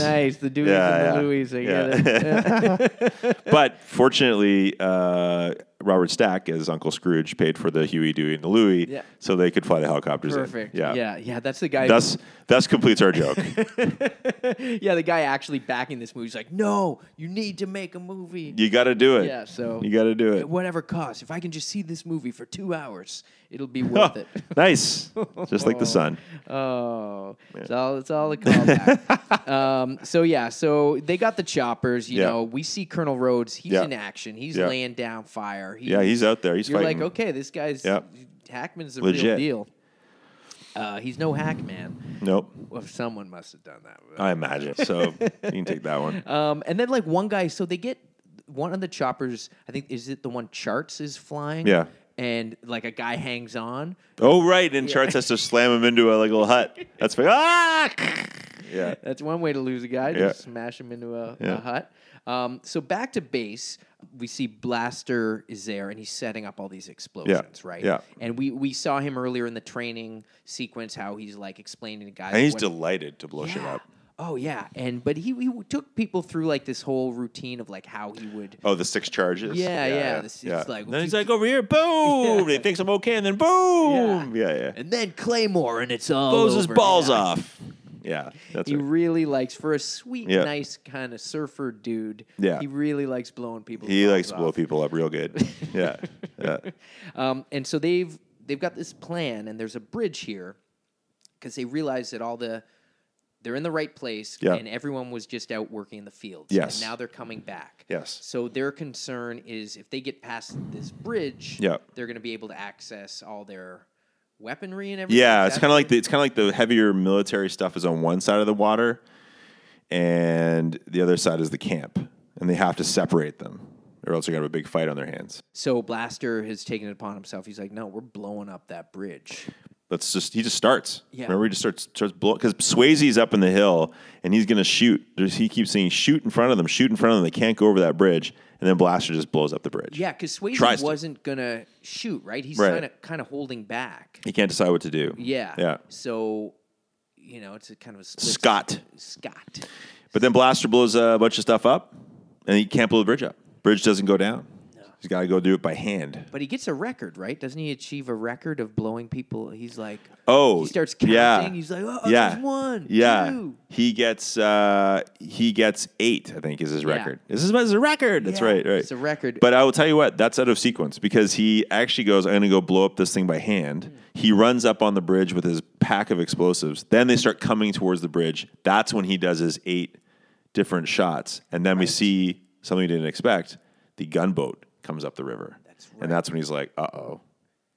Speaker 1: (laughs) nice. The Deweys
Speaker 3: Yeah,
Speaker 1: and the
Speaker 3: yeah.
Speaker 1: Louis. I
Speaker 3: Yeah.
Speaker 1: get it. (laughs)
Speaker 3: (laughs) But fortunately, uh, Robert Stack as Uncle Scrooge paid for the Huey, Dewey, and the Louie,
Speaker 1: Yeah.
Speaker 3: so they could fly the helicopters. in.
Speaker 1: Perfect.
Speaker 3: Yeah.
Speaker 1: Yeah. yeah. That's the guy.
Speaker 3: Thus, thus completes our
Speaker 1: (laughs)
Speaker 3: joke.
Speaker 1: yeah, the guy actually backing this movie. He's like, no, you need to make a movie.
Speaker 3: you got to do it.
Speaker 1: Yeah, so-
Speaker 3: you got to do it.
Speaker 1: At whatever cost. If I can just see this movie for two hours, it'll
Speaker 3: (laughs)
Speaker 1: be worth it. (laughs)
Speaker 3: nice, just like the sun.
Speaker 1: Oh, it's all it's all a
Speaker 3: (laughs)
Speaker 1: callback. um, so yeah, so they got the choppers. You
Speaker 3: Yeah.
Speaker 1: know, we see Colonel Rhodes. He's
Speaker 3: Yeah.
Speaker 1: in action. He's
Speaker 3: Yeah.
Speaker 1: laying down fire. He,
Speaker 3: Yeah, he's out there. He's
Speaker 1: You're
Speaker 3: fighting.
Speaker 1: like, okay, this guy's
Speaker 3: Yeah.
Speaker 1: Hackman's the real
Speaker 3: Legit.
Speaker 1: deal. Uh, he's no hack man.
Speaker 3: Nope.
Speaker 1: Well, someone must have done that.
Speaker 3: I
Speaker 1: (laughs)
Speaker 3: imagine. So you can take that one.
Speaker 1: Um, and then like one guy, so they get one of the choppers. I think is it the one Charts is flying.
Speaker 3: Yeah.
Speaker 1: And like a guy hangs on.
Speaker 3: Oh right, and Charts has to slam him into a like, little hut. That's fair. Ah!
Speaker 1: (laughs)
Speaker 3: Yeah.
Speaker 1: That's one way to lose a guy.
Speaker 3: Yeah.
Speaker 1: Just smash him into a,
Speaker 3: Yeah.
Speaker 1: a hut. Um, so back to base, we see Blaster is there and he's setting up all these explosions, right?
Speaker 3: yeah.
Speaker 1: And we, we saw him earlier in the training sequence how he's like explaining to guys.
Speaker 3: And he's
Speaker 1: what-
Speaker 3: delighted to blow shit
Speaker 1: Yeah.
Speaker 3: up.
Speaker 1: Oh yeah, and but he, he took people through like this whole routine of like how he would.
Speaker 3: Oh, the six charges.
Speaker 1: Yeah, yeah, this- it's like-
Speaker 3: then he's like
Speaker 1: (laughs)
Speaker 3: over here, boom. He thinks I'm okay, and then boom. Yeah, yeah.
Speaker 1: And then Claymore, and it's all
Speaker 3: Blows his
Speaker 1: over.
Speaker 3: balls
Speaker 1: Yeah.
Speaker 3: off. Yeah, that's
Speaker 1: He
Speaker 3: right.
Speaker 1: really likes for a sweet,
Speaker 3: Yeah.
Speaker 1: nice kind of surfer dude.
Speaker 3: Yeah.
Speaker 1: he really likes blowing people.
Speaker 3: He likes to
Speaker 1: off.
Speaker 3: blow people up real good.
Speaker 1: (laughs)
Speaker 3: Yeah, yeah.
Speaker 1: Um, and so they've they've got this plan, and there's a bridge here because they realize that all the they're in the right place,
Speaker 3: Yeah.
Speaker 1: and everyone was just out working in the fields.
Speaker 3: Yes.
Speaker 1: and now they're coming back.
Speaker 3: Yes.
Speaker 1: So their concern is if they get past this bridge,
Speaker 3: Yeah.
Speaker 1: they're going to be able to access all their weaponry and everything.
Speaker 3: Yeah,
Speaker 1: Is
Speaker 3: it's
Speaker 1: that
Speaker 3: kind of
Speaker 1: right?
Speaker 3: like the it's kind of like the heavier military stuff is on one side of the water, and the other side is the camp. and they have to separate them, or else they're gonna have a big fight on their hands.
Speaker 1: So Blaster has taken it upon himself. He's like, no, we're blowing up that bridge.
Speaker 3: That's just he just starts.
Speaker 1: Yeah.
Speaker 3: Remember, he just starts starts blowing because Swayze's up in the hill and he's gonna shoot. There's, he keeps saying, "Shoot in front of them, shoot in front of them." They can't go over that bridge, and then Blaster just blows up the bridge.
Speaker 1: Yeah, because
Speaker 3: Tries
Speaker 1: Swayze
Speaker 3: to.
Speaker 1: wasn't gonna shoot, right? He's
Speaker 3: Right.
Speaker 1: kind of kind of holding back.
Speaker 3: he can't decide what to do.
Speaker 1: Yeah.
Speaker 3: yeah.
Speaker 1: So, you know, it's a kind of a split
Speaker 3: Scott.
Speaker 1: Scott.
Speaker 3: But then Blaster blows a bunch of stuff up, and he can't blow the bridge up. Bridge doesn't go down. He's got to go do it by hand.
Speaker 1: But he gets a record, right? Doesn't he achieve a record of blowing people? He's like,
Speaker 3: Oh,
Speaker 1: he starts counting.
Speaker 3: yeah.
Speaker 1: He's like, oh,
Speaker 3: yeah,
Speaker 1: there's one,
Speaker 3: yeah.
Speaker 1: two.
Speaker 3: He gets uh, he gets eight. I think is his record. This is his record. That's
Speaker 1: Yeah,
Speaker 3: right, right.
Speaker 1: it's a record.
Speaker 3: But I will tell you what, that's out of sequence because he actually goes, "I'm going to go blow up this thing by hand."
Speaker 1: Hmm.
Speaker 3: He runs up on the bridge with his pack of explosives. Then they start coming towards the bridge. That's when he does his eight different shots, and then we see something we didn't expect: the gunboat comes up the river, and that's when he's like, "Uh oh."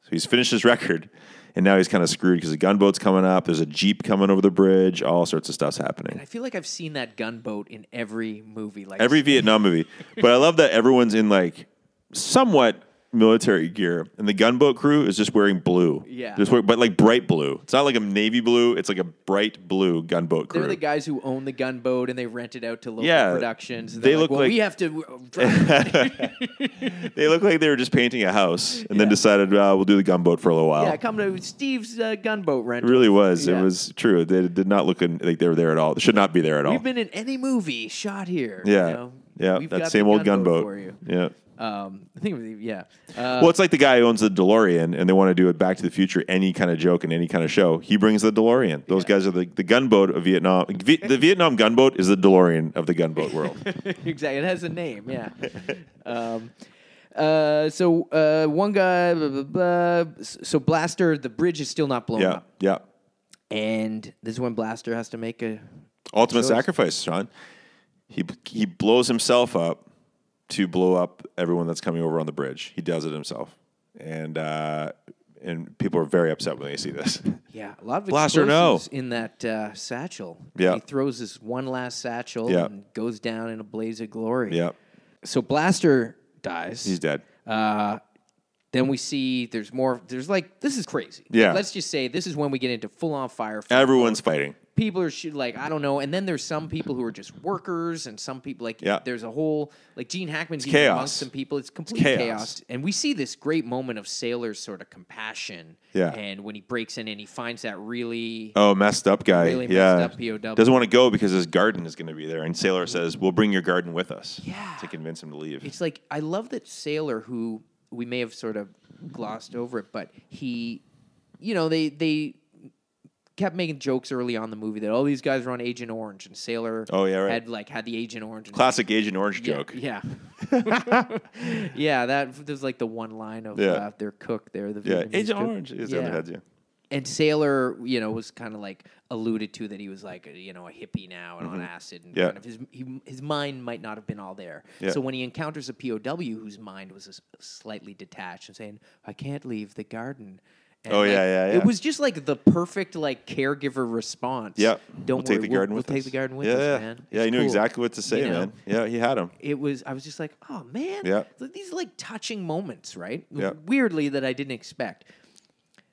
Speaker 3: So he's finished his record, and now he's kind of screwed because the gunboat's coming up. There's a jeep coming over the bridge. All sorts of stuff's happening.
Speaker 1: I feel like I've seen that gunboat in every movie. Like
Speaker 3: Every Vietnam movie, but I love that everyone's in like somewhat military gear, and the gunboat crew is just wearing blue.
Speaker 1: Yeah.
Speaker 3: just wear, but like bright blue. It's not like a navy blue. It's like a bright blue gunboat crew.
Speaker 1: They're
Speaker 3: (laughs)
Speaker 1: the guys who own the gunboat and they rent it out to local
Speaker 3: Yeah,
Speaker 1: productions. and
Speaker 3: they
Speaker 1: they're
Speaker 3: look
Speaker 1: well,
Speaker 3: like-
Speaker 1: we have to. uh,
Speaker 3: (laughs)
Speaker 1: drive it."
Speaker 3: they look like they were just painting a house, and then decided uh, we'll do the gunboat for a little while.
Speaker 1: yeah, come to Steve's uh, gunboat
Speaker 3: it
Speaker 1: rental.
Speaker 3: really was.
Speaker 1: Yeah.
Speaker 3: It was true. They did not look in- like they were there at all. They should not be there at all.
Speaker 1: We've been in any movie shot here. you
Speaker 3: Oh. yeah,
Speaker 1: know?
Speaker 3: yeah.
Speaker 1: We've got
Speaker 3: that
Speaker 1: the
Speaker 3: same old gunboat.
Speaker 1: for you.
Speaker 3: Yeah.
Speaker 1: Um, I think it was, yeah. Uh,
Speaker 3: Well, it's like the guy who owns the DeLorean and they want to do it Back to the Future, any kind of joke and any kind of show. He brings the DeLorean. Those guys are the, the gunboat of Vietnam. V- the Vietnam gunboat is the DeLorean of the
Speaker 1: (laughs)
Speaker 3: gunboat world.
Speaker 1: (laughs) exactly. It has a name. Yeah.
Speaker 3: (laughs)
Speaker 1: um, uh, so uh, one guy. Blah, blah, blah, so Blaster, the bridge is still not blown
Speaker 3: yeah,
Speaker 1: up,
Speaker 3: yeah.
Speaker 1: and this is when Blaster has to make a.
Speaker 3: Ultimate
Speaker 1: Choice.
Speaker 3: sacrifice, Sean. He, he blows himself up to blow up everyone that's coming over on the bridge. He does it himself. And, uh, and people are very upset when they see this. (laughs)
Speaker 1: Yeah, a lot of
Speaker 3: Blaster, no.
Speaker 1: explosives in that uh, satchel.
Speaker 3: Yeah.
Speaker 1: he throws this one last satchel
Speaker 3: Yeah.
Speaker 1: and goes down in a blaze of glory.
Speaker 3: yeah,
Speaker 1: So Blaster dies.
Speaker 3: he's dead.
Speaker 1: Then we see there's more. There's like this is crazy.
Speaker 3: Yeah.
Speaker 1: let's just say this is when we get into full on firefight.
Speaker 3: Everyone's fighting.
Speaker 1: people are shoot, like I don't know, and then there's some people who are just workers, and some people like
Speaker 3: Yeah.
Speaker 1: there's a whole like Gene Hackman's even
Speaker 3: chaos.
Speaker 1: amongst some people. It's complete
Speaker 3: chaos.
Speaker 1: chaos. and we see this great moment of Sailor's sort of compassion.
Speaker 3: Yeah.
Speaker 1: and when he breaks in and he finds that really
Speaker 3: Oh, messed up guy.
Speaker 1: Really messed
Speaker 3: yeah.
Speaker 1: up POW.
Speaker 3: Doesn't want to go because his garden is going to be there. And Sailor says, We'll bring your garden with us.
Speaker 1: Yeah.
Speaker 3: To convince him to leave.
Speaker 1: it's like I love that Sailor, who we may have sort of glossed over it, but he, you know, they they kept making jokes early on in the movie that all these guys were on Agent Orange and Sailor.
Speaker 3: Oh, yeah, right.
Speaker 1: had like had the Agent Orange. and-
Speaker 3: Classic Agent Orange
Speaker 1: Yeah,
Speaker 3: joke. (laughs)
Speaker 1: Yeah. (laughs) yeah, that there's like the one line of
Speaker 3: Yeah.
Speaker 1: uh, their cook there, the
Speaker 3: Yeah.
Speaker 1: Vietnamese
Speaker 3: Agent
Speaker 1: cook.
Speaker 3: Orange is the
Speaker 1: Yeah.
Speaker 3: other head, yeah.
Speaker 1: And Sailor, you know, was kind of like alluded to that he was like, you know, a hippie now and on acid, and
Speaker 3: Mm-hmm. Yeah.
Speaker 1: kind of his he, his mind might not have been all there.
Speaker 3: Yeah.
Speaker 1: So when he encounters a POW whose mind was s- slightly detached and saying, "I can't leave the garden." And
Speaker 3: Oh,
Speaker 1: like,
Speaker 3: yeah, yeah, yeah.
Speaker 1: It was just like the perfect like caregiver response.
Speaker 3: Yeah.
Speaker 1: don't
Speaker 3: we'll
Speaker 1: worry,
Speaker 3: take the
Speaker 1: we'll,
Speaker 3: garden
Speaker 1: we'll
Speaker 3: with us.
Speaker 1: take the garden with
Speaker 3: yeah,
Speaker 1: us,
Speaker 3: yeah.
Speaker 1: man.
Speaker 3: Yeah,
Speaker 1: It's
Speaker 3: he knew
Speaker 1: cool.
Speaker 3: exactly what to say,
Speaker 1: You know?
Speaker 3: man. Yeah, he had him.
Speaker 1: it was I was just like, oh man,
Speaker 3: Yeah.
Speaker 1: th- these are like touching moments, right?
Speaker 3: Yeah.
Speaker 1: Weirdly that I didn't expect.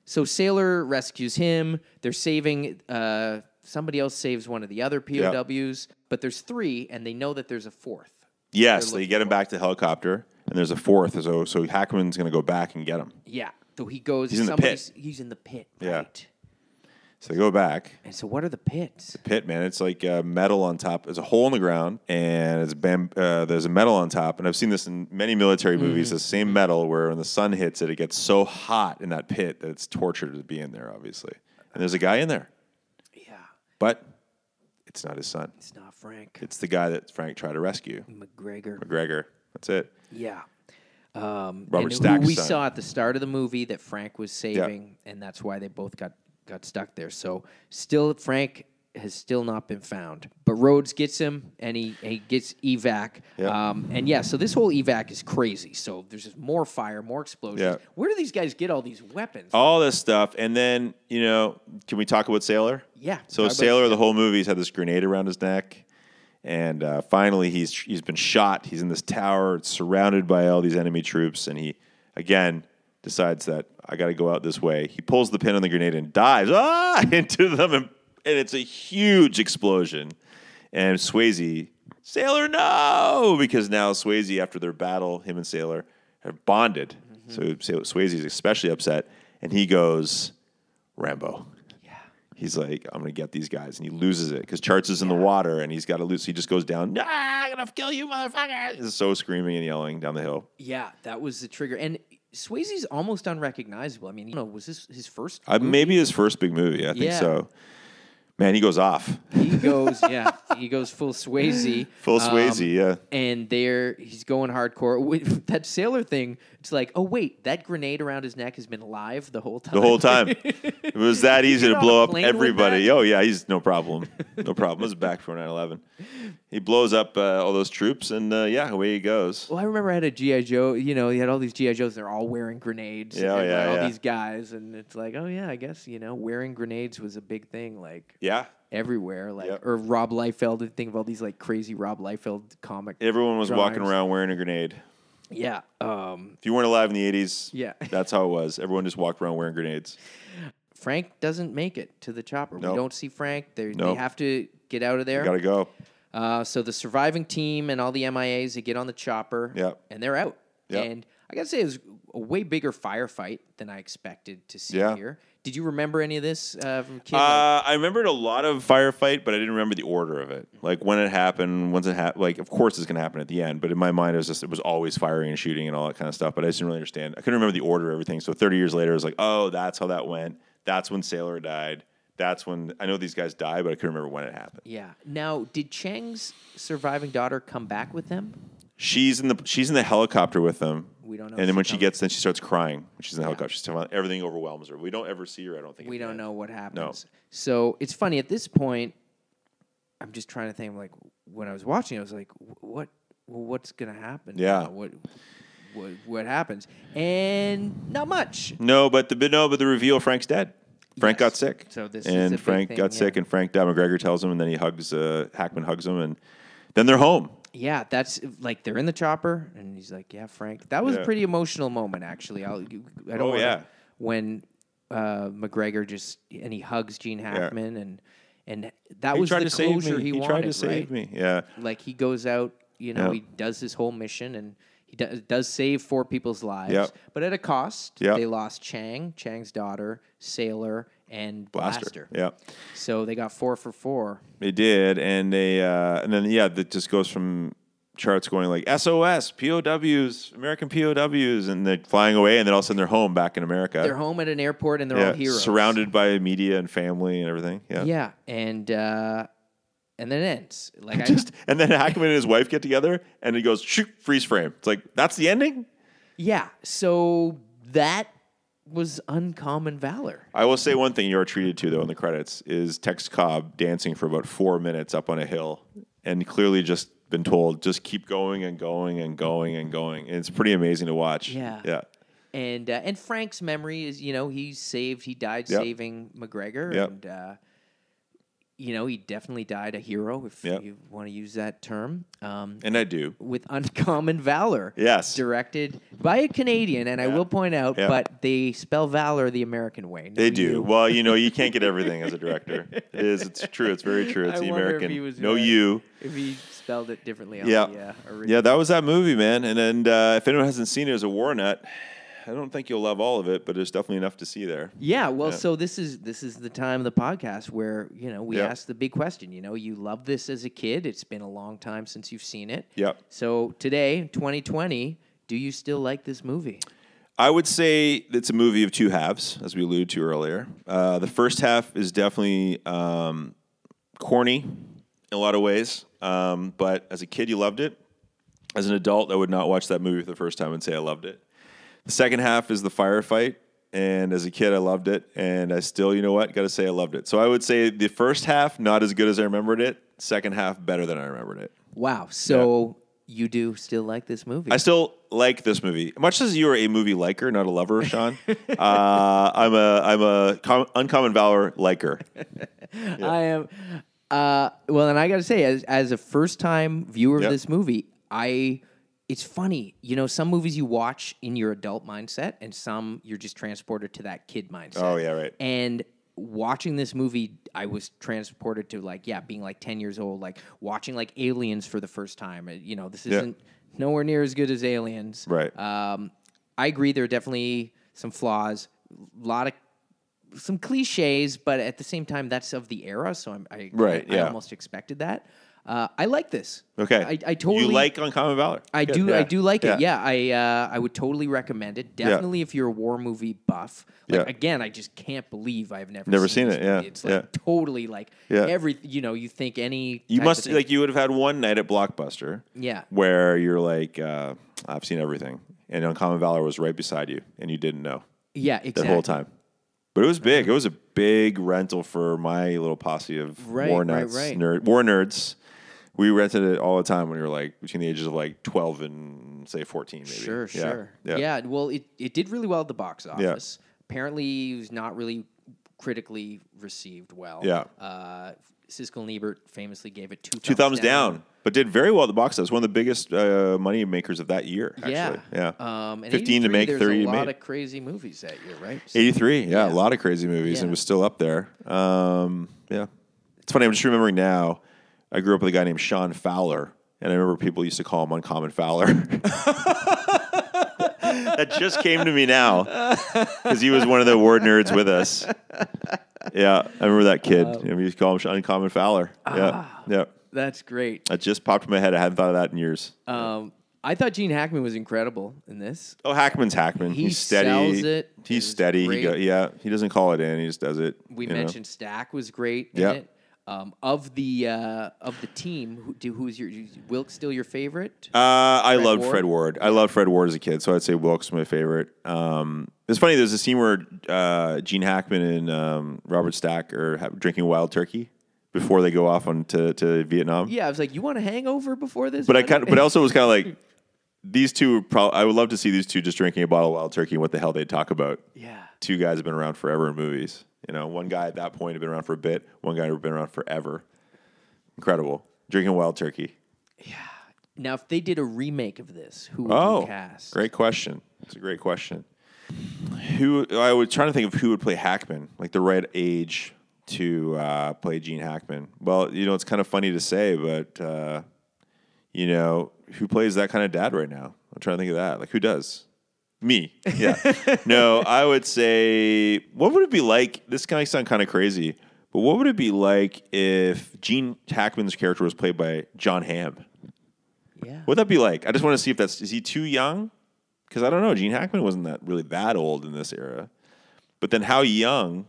Speaker 1: So Sailor rescues him. They're saving uh, somebody else saves one of the other POWs, but there's three, and they know that there's a fourth.
Speaker 3: Yes, they get him back to the helicopter. And there's a fourth. So, so Hackman's going to go back and get him.
Speaker 1: Yeah. So he goes.
Speaker 3: He's in the
Speaker 1: somebody's- He's in the pit.
Speaker 3: Yeah.
Speaker 1: Right.
Speaker 3: So they go back.
Speaker 1: And so what are the pits?
Speaker 3: pit, man. It's like uh, metal on top. There's a hole in the ground, and it's bam- uh, there's a metal on top. And I've seen this in many military movies. The same metal where when the sun hits it, it gets so hot in that pit that it's torture to be in there, obviously. And there's a guy in there,
Speaker 1: Yeah.
Speaker 3: but it's not his son.
Speaker 1: It's not Frank
Speaker 3: It's the guy that Frank tried to rescue,
Speaker 1: McGregor.
Speaker 3: McGregor. That's it.
Speaker 1: Yeah. Um,
Speaker 3: Robert
Speaker 1: and who
Speaker 3: Stack's
Speaker 1: we
Speaker 3: son.
Speaker 1: saw at the start of the movie that Frank was saving, and that's why they both got got stuck there. So still, Frank has still not been found, but Rhodes gets him, and he and he gets evac.
Speaker 3: Yeah.
Speaker 1: Um, and yeah, so this whole evac is crazy. So there's just more fire, more explosions.
Speaker 3: Yeah. Oh.
Speaker 1: Where do these guys get all these weapons?
Speaker 3: All this stuff, and then you know, can we talk about Sailor?
Speaker 1: Yeah,
Speaker 3: So
Speaker 1: talk about
Speaker 3: Sailor, the whole movie's had this grenade around his neck, And uh, finally, he's he's been shot. He's in this tower, it's surrounded by all these enemy troops, and he again decides that I got to go out this way. He pulls the pin on the grenade and dives ah (laughs) into them, and, and it's a huge explosion. And Swayze, Sailor, no, because now Swayze, after their battle, him and Sailor have bonded. So Swayze is especially upset, and he goes Rambo. He's like, I'm gonna get these guys, and he loses it because Charts is in the water, and he's got to lose. He just goes down. Nah, I'm gonna kill you, motherfucker! He's so screaming and yelling down the hill.
Speaker 1: Yeah, that was the trigger. And Swayze's almost unrecognizable. I mean, you know, was this his first?
Speaker 3: Uh, maybe his first big movie. I think
Speaker 1: Mm-hmm. Yeah.
Speaker 3: so. Man, he goes off
Speaker 1: He goes, yeah, he goes full Swayze.
Speaker 3: (laughs) full
Speaker 1: Um,
Speaker 3: Swayze. yeah,
Speaker 1: and there he's going hardcore (laughs) with that sailor thing. It's like, oh wait, that grenade around his neck has been live the whole time.
Speaker 3: the whole time. it was that easy
Speaker 1: get
Speaker 3: to
Speaker 1: on a
Speaker 3: blow up
Speaker 1: plane with
Speaker 3: everybody.
Speaker 1: that?
Speaker 3: Oh yeah, he's
Speaker 1: (laughs)
Speaker 3: no problem, no problem. It was back for 9/11. He blows up uh, all those troops, and uh, yeah, away he
Speaker 1: (laughs)
Speaker 3: goes.
Speaker 1: Well, I remember I had a GI Joe. You know, you had all these GI Joes. They're all wearing grenades.
Speaker 3: Yeah, oh,
Speaker 1: and,
Speaker 3: yeah,
Speaker 1: like, all
Speaker 3: yeah.
Speaker 1: these guys, and it's like, oh yeah, I guess you know, wearing grenades was a big thing. Like.
Speaker 3: Yeah,
Speaker 1: Everywhere, like
Speaker 3: Yep.
Speaker 1: or Rob Liefeld. I Think of all these like crazy Rob Liefeld comic.
Speaker 3: everyone was walking
Speaker 1: drawings.
Speaker 3: around wearing a grenade.
Speaker 1: Yeah, um,
Speaker 3: If you weren't alive in the 80s,
Speaker 1: Yeah.
Speaker 3: that's how it was. Everyone just walked around wearing grenades.
Speaker 1: Frank doesn't make it to the chopper.
Speaker 3: Nope.
Speaker 1: We don't see Frank. They,
Speaker 3: Nope.
Speaker 1: they have to get out of there.
Speaker 3: Gotta go.
Speaker 1: Uh, so the surviving team and all the MIAs they get on the chopper,
Speaker 3: Yep.
Speaker 1: and they're out.
Speaker 3: Yep.
Speaker 1: And I gotta say, it was a way bigger firefight than I expected to see
Speaker 3: Yeah.
Speaker 1: here. Did you remember any of this uh, from Kid?
Speaker 3: Uh, I remembered a lot of firefight, but I didn't remember the order of it. Like when it happened, once it happened, like of course it's gonna happen at the end. But in my mind, it was just it was always firing and shooting and all that kind of stuff. But I just didn't really understand. I couldn't remember the order of everything. So 30 years later, I was like, oh, that's how that went. That's when Sailor died. That's when I know these guys died, but I couldn't remember when it happened.
Speaker 1: yeah. Now, did Chang's surviving daughter come back with them?
Speaker 3: She's in the she's in the helicopter with them.
Speaker 1: We don't know if
Speaker 3: And then
Speaker 1: she
Speaker 3: when she
Speaker 1: comes-
Speaker 3: gets, then she starts crying. When she's in the helicopter, she's talking about everything overwhelms her. We don't ever see her. I don't think at
Speaker 1: We
Speaker 3: the
Speaker 1: don't
Speaker 3: end.
Speaker 1: know what happens. So it's funny at this point. I'm just trying to think. Like when I was watching, I was like, "Wh- "What? Well, what's gonna happen?
Speaker 3: Yeah.
Speaker 1: now? What? What? What happens?" And not much.
Speaker 3: No, but the but no, but the reveal Frank's dead. Frank
Speaker 1: Yes.
Speaker 3: got sick.
Speaker 1: So this is
Speaker 3: and
Speaker 1: a big
Speaker 3: Frank
Speaker 1: thing,
Speaker 3: got sick,
Speaker 1: yeah.
Speaker 3: and Frank died. McGregor tells him, and then he hugs uh, Hackman, hugs him, and then they're home.
Speaker 1: Yeah, that's like they're in the chopper, and he's like, "Yeah, Frank." That was
Speaker 3: Yeah.
Speaker 1: a pretty emotional moment, actually. I'll, you- I don't
Speaker 3: Oh,
Speaker 1: wanna-
Speaker 3: yeah.
Speaker 1: when uh, McGregor just and he hugs Gene Hackman, and and that
Speaker 3: he
Speaker 1: was
Speaker 3: tried
Speaker 1: the
Speaker 3: to
Speaker 1: closure
Speaker 3: save me.
Speaker 1: he,
Speaker 3: tried
Speaker 1: wanted.
Speaker 3: to
Speaker 1: right?
Speaker 3: save me. Yeah,
Speaker 1: Like he goes out, you know,
Speaker 3: Yeah.
Speaker 1: he does his whole mission, and he does, does save four people's lives,
Speaker 3: Yep.
Speaker 1: but at a cost.
Speaker 3: Yep.
Speaker 1: They lost Chang, Chang's daughter, Sailor, and
Speaker 3: blaster.
Speaker 1: Blaster.
Speaker 3: Yeah.
Speaker 1: So they got four for four.
Speaker 3: They did, and they uh, and then yeah, that just goes from charts going like SOS, POWs, American POWs, and they're flying away, and then all of a sudden they're home back in America.
Speaker 1: They're home at an airport, and they're all
Speaker 3: yeah,
Speaker 1: heroes.
Speaker 3: surrounded by media and family and everything. Yeah.
Speaker 1: Yeah, and uh, and then it ends.
Speaker 3: (laughs)
Speaker 1: Like I
Speaker 3: Just and then Hackman and his wife get together, and he goes shoot freeze frame. It's like that's the ending.
Speaker 1: yeah, so that was uncommon valor.
Speaker 3: I will say one thing you are treated to though in the credits is Tex Cobb dancing for about four minutes up on a hill, and clearly just been told just keep going and going and going and going. And it's pretty amazing to watch.
Speaker 1: Yeah.
Speaker 3: yeah,
Speaker 1: And uh, and Frank's memory is you know he saved he died
Speaker 3: Yep.
Speaker 1: saving McGregor
Speaker 3: Yep.
Speaker 1: and uh, you know he definitely died a hero if
Speaker 3: Yep.
Speaker 1: you want to use that term. Um,
Speaker 3: and I do.
Speaker 1: with uncommon valor.
Speaker 3: Yes.
Speaker 1: directed by a Canadian, and I will point out,
Speaker 3: Yeah.
Speaker 1: but they spell valor the American way.
Speaker 3: They
Speaker 1: not
Speaker 3: do.
Speaker 1: you.
Speaker 3: Well, you know, you can't get everything as a director. It is. It's true. It's very true.
Speaker 1: (laughs)
Speaker 3: It's
Speaker 1: I
Speaker 3: the
Speaker 1: wonder if
Speaker 3: American.
Speaker 1: he was
Speaker 3: no,
Speaker 1: right.
Speaker 3: you.
Speaker 1: If he spelled it differently, on
Speaker 3: Yeah.
Speaker 1: the, uh, original.
Speaker 3: Yeah, that was that movie, man. And and uh, if anyone hasn't seen it as a war nut, I don't think you'll love all of it, but there's definitely enough to see there.
Speaker 1: Yeah, well, so this is this is the time of the podcast where you know we
Speaker 3: Yeah.
Speaker 1: ask the big question. You know, you love this as a kid. It's been a long time since you've seen it.
Speaker 3: Yep.
Speaker 1: So today, 2020, do you still like this movie?
Speaker 3: I would say it's a movie of two halves, as we alluded to earlier. Uh, the first half is definitely um, corny in a lot of ways, um, but as a kid, you loved it. As an adult, I would not watch that movie for the first time and say I loved it. The second half is the firefight, and as a kid, I loved it, and I still, you know what, got to say I loved it. So I would say the first half not as good as I remembered it. Second half better than I remembered it.
Speaker 1: Wow. So you do still like this movie?
Speaker 3: I still like this movie. Much as you are a movie liker, not a lover,
Speaker 1: (laughs)
Speaker 3: Sean. uh, I'm a I'm a com- uncommon valor liker.
Speaker 1: I am. Uh, well, and I got to say, as as a first time viewer
Speaker 3: Yep.
Speaker 1: of this movie, I it's funny. You know, some movies you watch in your adult mindset, and some you're just transported to that kid mindset.
Speaker 3: Oh, yeah, right.
Speaker 1: And watching this movie, I was transported to like yeah, being like ten years old, like watching like Aliens for the first time. Uh, You know, this
Speaker 3: Yeah.
Speaker 1: isn't nowhere near as good as Aliens.
Speaker 3: Right.
Speaker 1: Um, I agree. There are definitely some flaws. A lot of some cliches, but at the same time, that's of the era. So I'm, I,
Speaker 3: Right,
Speaker 1: I, I
Speaker 3: yeah.
Speaker 1: almost expected that. Uh, I like this.
Speaker 3: Okay.
Speaker 1: I, I totally
Speaker 3: You like Uncommon Valor.
Speaker 1: I
Speaker 3: Good.
Speaker 1: do. I
Speaker 3: Yeah.
Speaker 1: do like it. Yeah. I uh, I would totally recommend it. Definitely if you're a war movie buff. Like
Speaker 3: Yeah.
Speaker 1: again, I just can't believe I've never
Speaker 3: Never seen
Speaker 1: this
Speaker 3: it, yeah,
Speaker 1: movie. It's like
Speaker 3: yeah.
Speaker 1: totally like
Speaker 3: Yeah.
Speaker 1: every you know you think any
Speaker 3: You
Speaker 1: type
Speaker 3: must
Speaker 1: of thing-
Speaker 3: like you would have had one night at Blockbuster.
Speaker 1: Yeah.
Speaker 3: Where you're like, uh, I've seen everything, and Uncommon Valor was right beside you, and you didn't know
Speaker 1: yeah
Speaker 3: the
Speaker 1: exactly
Speaker 3: whole time. But it was big. It was a big rental for my little posse of
Speaker 1: Right,
Speaker 3: war
Speaker 1: right,
Speaker 3: nuts,
Speaker 1: right.
Speaker 3: nerd, war nerds. We rented it all the time when we were like between the ages of like twelve and say fourteen, maybe.
Speaker 1: Sure,
Speaker 3: Yeah,
Speaker 1: sure.
Speaker 3: Yeah.
Speaker 1: Yeah. well, it, it did really well at the box office. Apparently, it was not really critically received well.
Speaker 3: Yeah.
Speaker 1: Uh, Siskel and Ebert famously gave it two,
Speaker 3: Two thumbs down. but did very well at the box office. One of the biggest uh, money makers of that year. Actually.
Speaker 1: Yeah.
Speaker 3: Yeah.
Speaker 1: Um, and
Speaker 3: 15 to
Speaker 1: 83,
Speaker 3: make,
Speaker 1: there's
Speaker 3: 30
Speaker 1: a
Speaker 3: to
Speaker 1: lot
Speaker 3: make.
Speaker 1: of crazy movies that year, right? So-
Speaker 3: 83 yeah, a lot of crazy movies and
Speaker 1: Yeah.
Speaker 3: it was still up there um, yeah it's funny i'm just remembering now i grew up with a guy named sean fowler and i remember people used to call him uncommon fowler (laughs) that just came to me now because he was one of the word nerds with us yeah i remember that kid Yeah, we used to call him uncommon fowler yeah
Speaker 1: Ah.
Speaker 3: yeah
Speaker 1: That's great.
Speaker 3: that just popped in my head i hadn't thought of that in years
Speaker 1: Um, I thought Gene Hackman was incredible in this.
Speaker 3: oh hackman's hackman
Speaker 1: he
Speaker 3: he's steady
Speaker 1: sells it. It
Speaker 3: he's
Speaker 1: was
Speaker 3: steady he go,
Speaker 1: great.
Speaker 3: yeah he doesn't call it in he just does it
Speaker 1: We
Speaker 3: you know.
Speaker 1: mentioned Stack was great in
Speaker 3: Yeah.
Speaker 1: it. Um, of the uh, of the team, who, do, who's your is Wilkes still your favorite?
Speaker 3: Uh, I loved
Speaker 1: Ward?
Speaker 3: Fred Ward. I loved Fred Ward as a kid, so I'd say Wilkes my favorite. Um, it's funny. There's a scene where uh, Gene Hackman and um, Robert Stack are ha- drinking wild turkey before they go off on to, to Vietnam.
Speaker 1: yeah, I was like, you want a hangover before this?
Speaker 3: But I
Speaker 1: buddy?"
Speaker 3: kind of, but I also was kind of like these two. Would prob- I would love to see these two just drinking a bottle of wild turkey and what the hell they talk about.
Speaker 1: yeah.
Speaker 3: Two guys have been around forever in movies. You know, one guy at that point had been around for a bit. One guy had been around forever. Incredible drinking wild turkey.
Speaker 1: Now, if they did a remake of this, who would
Speaker 3: Oh,
Speaker 1: you cast?
Speaker 3: great question. It's a great question. Who I was trying to think of who would play Hackman, like the right age to uh, play Gene Hackman. Well, you know, it's kind of funny to say, but uh, you know, who plays that kind of dad right now? I'm trying to think of that. Like, who does? Me.
Speaker 1: (laughs)
Speaker 3: Yeah. no, I would say, what would it be like? This kind of sound kind of crazy, but what would it be like if Gene Hackman's character was played by John Hamm?
Speaker 1: Yeah.
Speaker 3: What'd that be like? I just want to see if that's is he too young? Because I don't know. Gene Hackman wasn't that really that old in this era. But then how young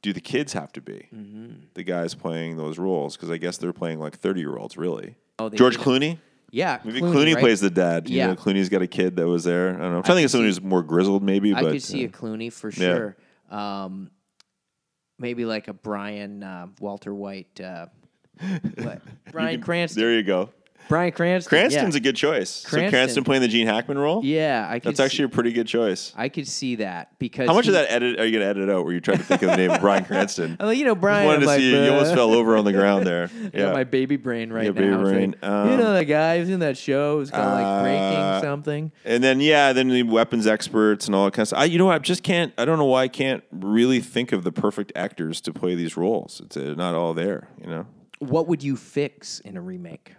Speaker 3: do the kids have to be?
Speaker 1: Mm-hmm.
Speaker 3: The guys playing those roles because I guess they're playing like thirty year olds really.
Speaker 1: Oh, they
Speaker 3: George
Speaker 1: did.
Speaker 3: Clooney.
Speaker 1: Yeah.
Speaker 3: Maybe Clooney
Speaker 1: right?
Speaker 3: plays the dad. You
Speaker 1: Yeah.
Speaker 3: know, Clooney's got a kid that was there. I don't know. I'm trying to think of someone who's more grizzled, maybe.
Speaker 1: I
Speaker 3: but
Speaker 1: could see
Speaker 3: uh,
Speaker 1: a Clooney for sure. Um, maybe like a Brian uh, Walter White.
Speaker 3: (laughs)
Speaker 1: Uh, what? Brian
Speaker 3: you can-
Speaker 1: Cranston.
Speaker 3: There you go.
Speaker 1: Brian Cranston.
Speaker 3: Cranston's
Speaker 1: yeah.
Speaker 3: a good choice.
Speaker 1: Cranston.
Speaker 3: So Cranston playing the Gene Hackman role.
Speaker 1: Yeah, I could.
Speaker 3: that's actually
Speaker 1: See,
Speaker 3: a pretty good choice.
Speaker 1: I could see that because
Speaker 3: How much of
Speaker 1: he-
Speaker 3: that edit are you going to edit out? Where you trying to think of the name of Brian Cranston?
Speaker 1: (laughs) Oh, you know,
Speaker 3: I
Speaker 1: Brian.
Speaker 3: wanted to
Speaker 1: I'm like,
Speaker 3: see you. You almost
Speaker 1: "Bruh."
Speaker 3: fell over on the ground
Speaker 1: (laughs)
Speaker 3: there.
Speaker 1: I got
Speaker 3: Yeah.
Speaker 1: my baby brain right
Speaker 3: Yeah,
Speaker 1: now.
Speaker 3: baby
Speaker 1: It's like,
Speaker 3: brain.
Speaker 1: you
Speaker 3: Um,
Speaker 1: know, the guy who's in that show is kind of like breaking
Speaker 3: Uh,
Speaker 1: something.
Speaker 3: and then yeah, then the weapons experts and all that kind of stuff. I, you know, what? I just can't. I don't know why I can't really think of the perfect actors to play these roles. It's uh, not all there. You know.
Speaker 1: What would you fix in a remake?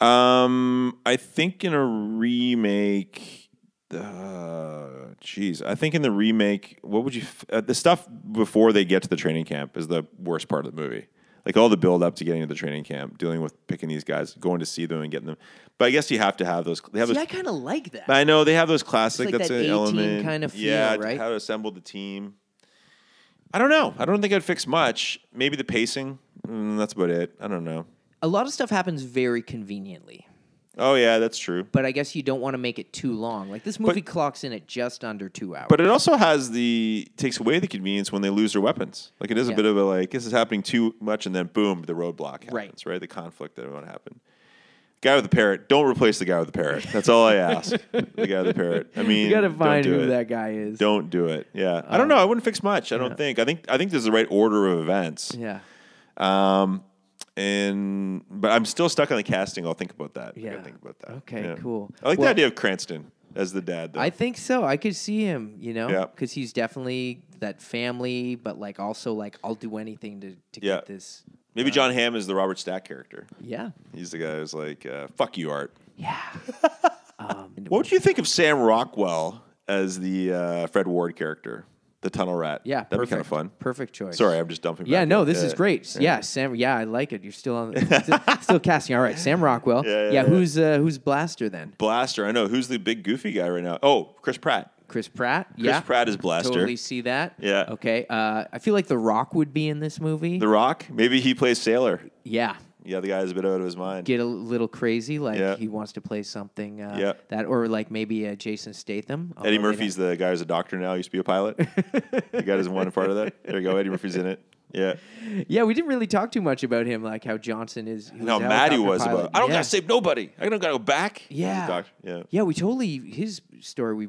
Speaker 3: Um, I think in a remake, uh, jeez, I think in the remake, what would you f- uh, the stuff before they get to the training camp is the worst part of the movie. Like all the build up to getting to the training camp, dealing with picking these guys, going to see them and getting them. But I guess you have to have those. They have
Speaker 1: See,
Speaker 3: those
Speaker 1: I kind of like that.
Speaker 3: I know they have those classic.
Speaker 1: It's like
Speaker 3: that's
Speaker 1: that
Speaker 3: an
Speaker 1: 18
Speaker 3: element,
Speaker 1: kind of feel,
Speaker 3: yeah.
Speaker 1: right?
Speaker 3: How to assemble the team. I don't know. I don't think I'd fix much. Maybe the pacing. Mm, that's about it. I don't know.
Speaker 1: a lot of stuff happens very conveniently,
Speaker 3: Oh yeah, that's true.
Speaker 1: but I guess you don't want to make it too long. Like this movie clocks in at just under two hours.
Speaker 3: But it also has the takes away the convenience when they lose their weapons. Like it is
Speaker 1: Yeah.
Speaker 3: a bit of a like this is happening too much, and then boom, the roadblock happens.
Speaker 1: Right.
Speaker 3: Right, the conflict that won't happen. Guy with the parrot. Don't replace the guy with the parrot. That's all
Speaker 1: (laughs)
Speaker 3: I ask. the guy with the parrot. I mean,
Speaker 1: you got to
Speaker 3: don't
Speaker 1: find
Speaker 3: do
Speaker 1: who
Speaker 3: it.
Speaker 1: that guy is.
Speaker 3: Don't do it. Yeah, I
Speaker 1: Um,
Speaker 3: don't know. I wouldn't fix much. I don't think. I think. I think there's the right order of events.
Speaker 1: Yeah.
Speaker 3: Um, and but I'm still stuck on the casting. I'll think about that. I
Speaker 1: Yeah.
Speaker 3: gotta think about that.
Speaker 1: Okay,
Speaker 3: Yeah.
Speaker 1: cool.
Speaker 3: I like
Speaker 1: Well-
Speaker 3: the idea of Cranston as the dad. Though.
Speaker 1: I think so. I could see him, you know,
Speaker 3: Yeah.
Speaker 1: because he's definitely that family, but like also like I'll do anything to, to
Speaker 3: Yeah.
Speaker 1: get this.
Speaker 3: Maybe John Hamm is the Robert Stack character.
Speaker 1: Yeah,
Speaker 3: He's the guy who's like, uh, "Fuck you, Art."
Speaker 1: yeah. (laughs) um,
Speaker 3: What would you think of Sam Rockwell as the uh, Fred Ward character, the Tunnel Rat?
Speaker 1: yeah,
Speaker 3: that'd be
Speaker 1: perfect.
Speaker 3: kind of fun.
Speaker 1: Perfect choice.
Speaker 3: Sorry, I'm just dumping.
Speaker 1: Yeah,
Speaker 3: back
Speaker 1: no,
Speaker 3: in. Uh,
Speaker 1: this is
Speaker 3: Yeah.
Speaker 1: great. Yeah. Sam. Yeah, I like it. You're still
Speaker 3: (laughs)
Speaker 1: on, still, still casting. All right, Sam Rockwell.
Speaker 3: Yeah, yeah, yeah.
Speaker 1: who's uh, who's Blaster then?
Speaker 3: Blaster. I know who's the big goofy guy right now. Oh, Chris Pratt.
Speaker 1: Chris Pratt. yeah,
Speaker 3: Pratt is Blaster.
Speaker 1: Totally see that.
Speaker 3: Yeah.
Speaker 1: Okay. Uh, I feel like The Rock would be in this movie.
Speaker 3: The Rock. Maybe he plays Sailor.
Speaker 1: yeah.
Speaker 3: Yeah, the guy's a bit out of his mind.
Speaker 1: Get a little crazy, like
Speaker 3: Yeah.
Speaker 1: he wants to play something uh,
Speaker 3: Yeah.
Speaker 1: that, or like maybe uh, Jason Statham. although
Speaker 3: Eddie
Speaker 1: they
Speaker 3: Murphy's the guy who's a doctor now. Used to be a pilot. the guy doesn't want a part of that. There you go. Eddie Murphy's in it. Yeah.
Speaker 1: don't- Yeah, we didn't really talk too much about him, like how Johnson is. he was
Speaker 3: How
Speaker 1: a
Speaker 3: mad he
Speaker 1: helicopter
Speaker 3: was
Speaker 1: pilot.
Speaker 3: about. It. I don't
Speaker 1: yeah.
Speaker 3: gotta save nobody. I don't gotta go back. He's a
Speaker 1: Yeah.
Speaker 3: doctor. Yeah.
Speaker 1: Yeah, we totally his story. We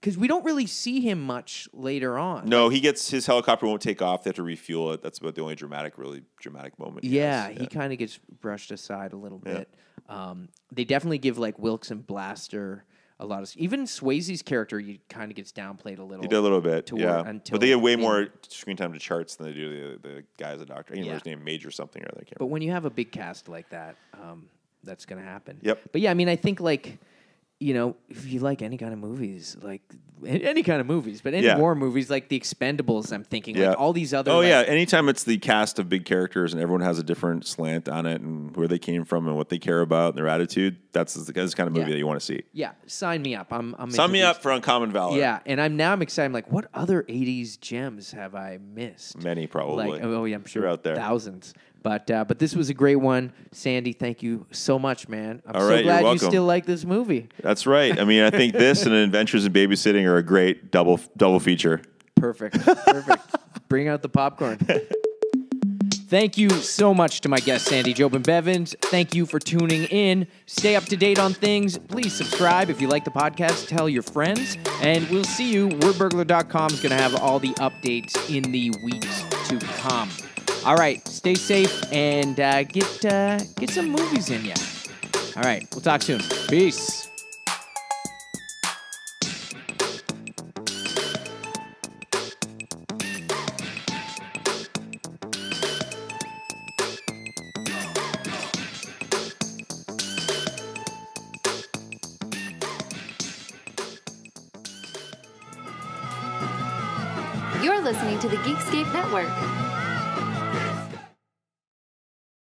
Speaker 1: because we don't really see him much later on.
Speaker 3: No, he gets his helicopter won't take off. They have to refuel it. That's about the only dramatic, really dramatic moment. he
Speaker 1: Yeah,
Speaker 3: has.
Speaker 1: he kind of gets brushed aside a little bit. Um, they definitely give like Wilkes and Blaster a lot of even Swayze's character. You kind of gets downplayed a little.
Speaker 3: He did a little bit,
Speaker 1: toward-
Speaker 3: yeah.
Speaker 1: until
Speaker 3: but they get way
Speaker 1: the
Speaker 3: more screen time to charts than they do the, the guy as a doctor. I can't
Speaker 1: Yeah.
Speaker 3: remember his name, Major something or other. I can't
Speaker 1: But when you have a big cast like that, um, that's going to happen.
Speaker 3: Yep.
Speaker 1: But yeah, I mean, I think like, you know, if you like any kind of movies, like a- any kind of movies, but any
Speaker 3: Yeah.
Speaker 1: war movies, like The Expendables, I'm thinking,
Speaker 3: Yeah.
Speaker 1: like all these other.
Speaker 3: Oh
Speaker 1: like-
Speaker 3: yeah, anytime it's the cast of big characters and everyone has a different slant on it and where they came from and what they care about and their attitude, that's the, that's the kind of movie
Speaker 1: Yeah.
Speaker 3: that you want to see.
Speaker 1: Yeah, sign me up. I'm. I'm
Speaker 3: Sign me
Speaker 1: introduced-
Speaker 3: up for Uncommon Valor.
Speaker 1: Yeah, and I'm now I'm excited. I'm like, what other '80s gems have I missed?
Speaker 3: Many, probably.
Speaker 1: Like, oh yeah, I'm sure
Speaker 3: They're out there.
Speaker 1: thousands. But uh, but this was a great one, Sandy. Thank you so much, man. I'm
Speaker 3: All
Speaker 1: so
Speaker 3: right, you're
Speaker 1: glad you
Speaker 3: welcome.
Speaker 1: still like this movie.
Speaker 3: That's right. I mean, I think this
Speaker 1: (laughs)
Speaker 3: and Adventures in Babysitting are a great double double feature.
Speaker 1: Perfect. Perfect. Bring out the popcorn. Thank you so much to my guest, Sandy Jobin Bevins. Thank you for tuning in. Stay up to date on things. Please subscribe. If you like the podcast, tell your friends. And we'll see you. WordBurglar.com is going to have all the updates in the weeks to come. All right. Stay safe and uh, get, uh, get some movies in ya. All right. We'll talk soon. Peace.
Speaker 4: You're listening to the Geekscape Network.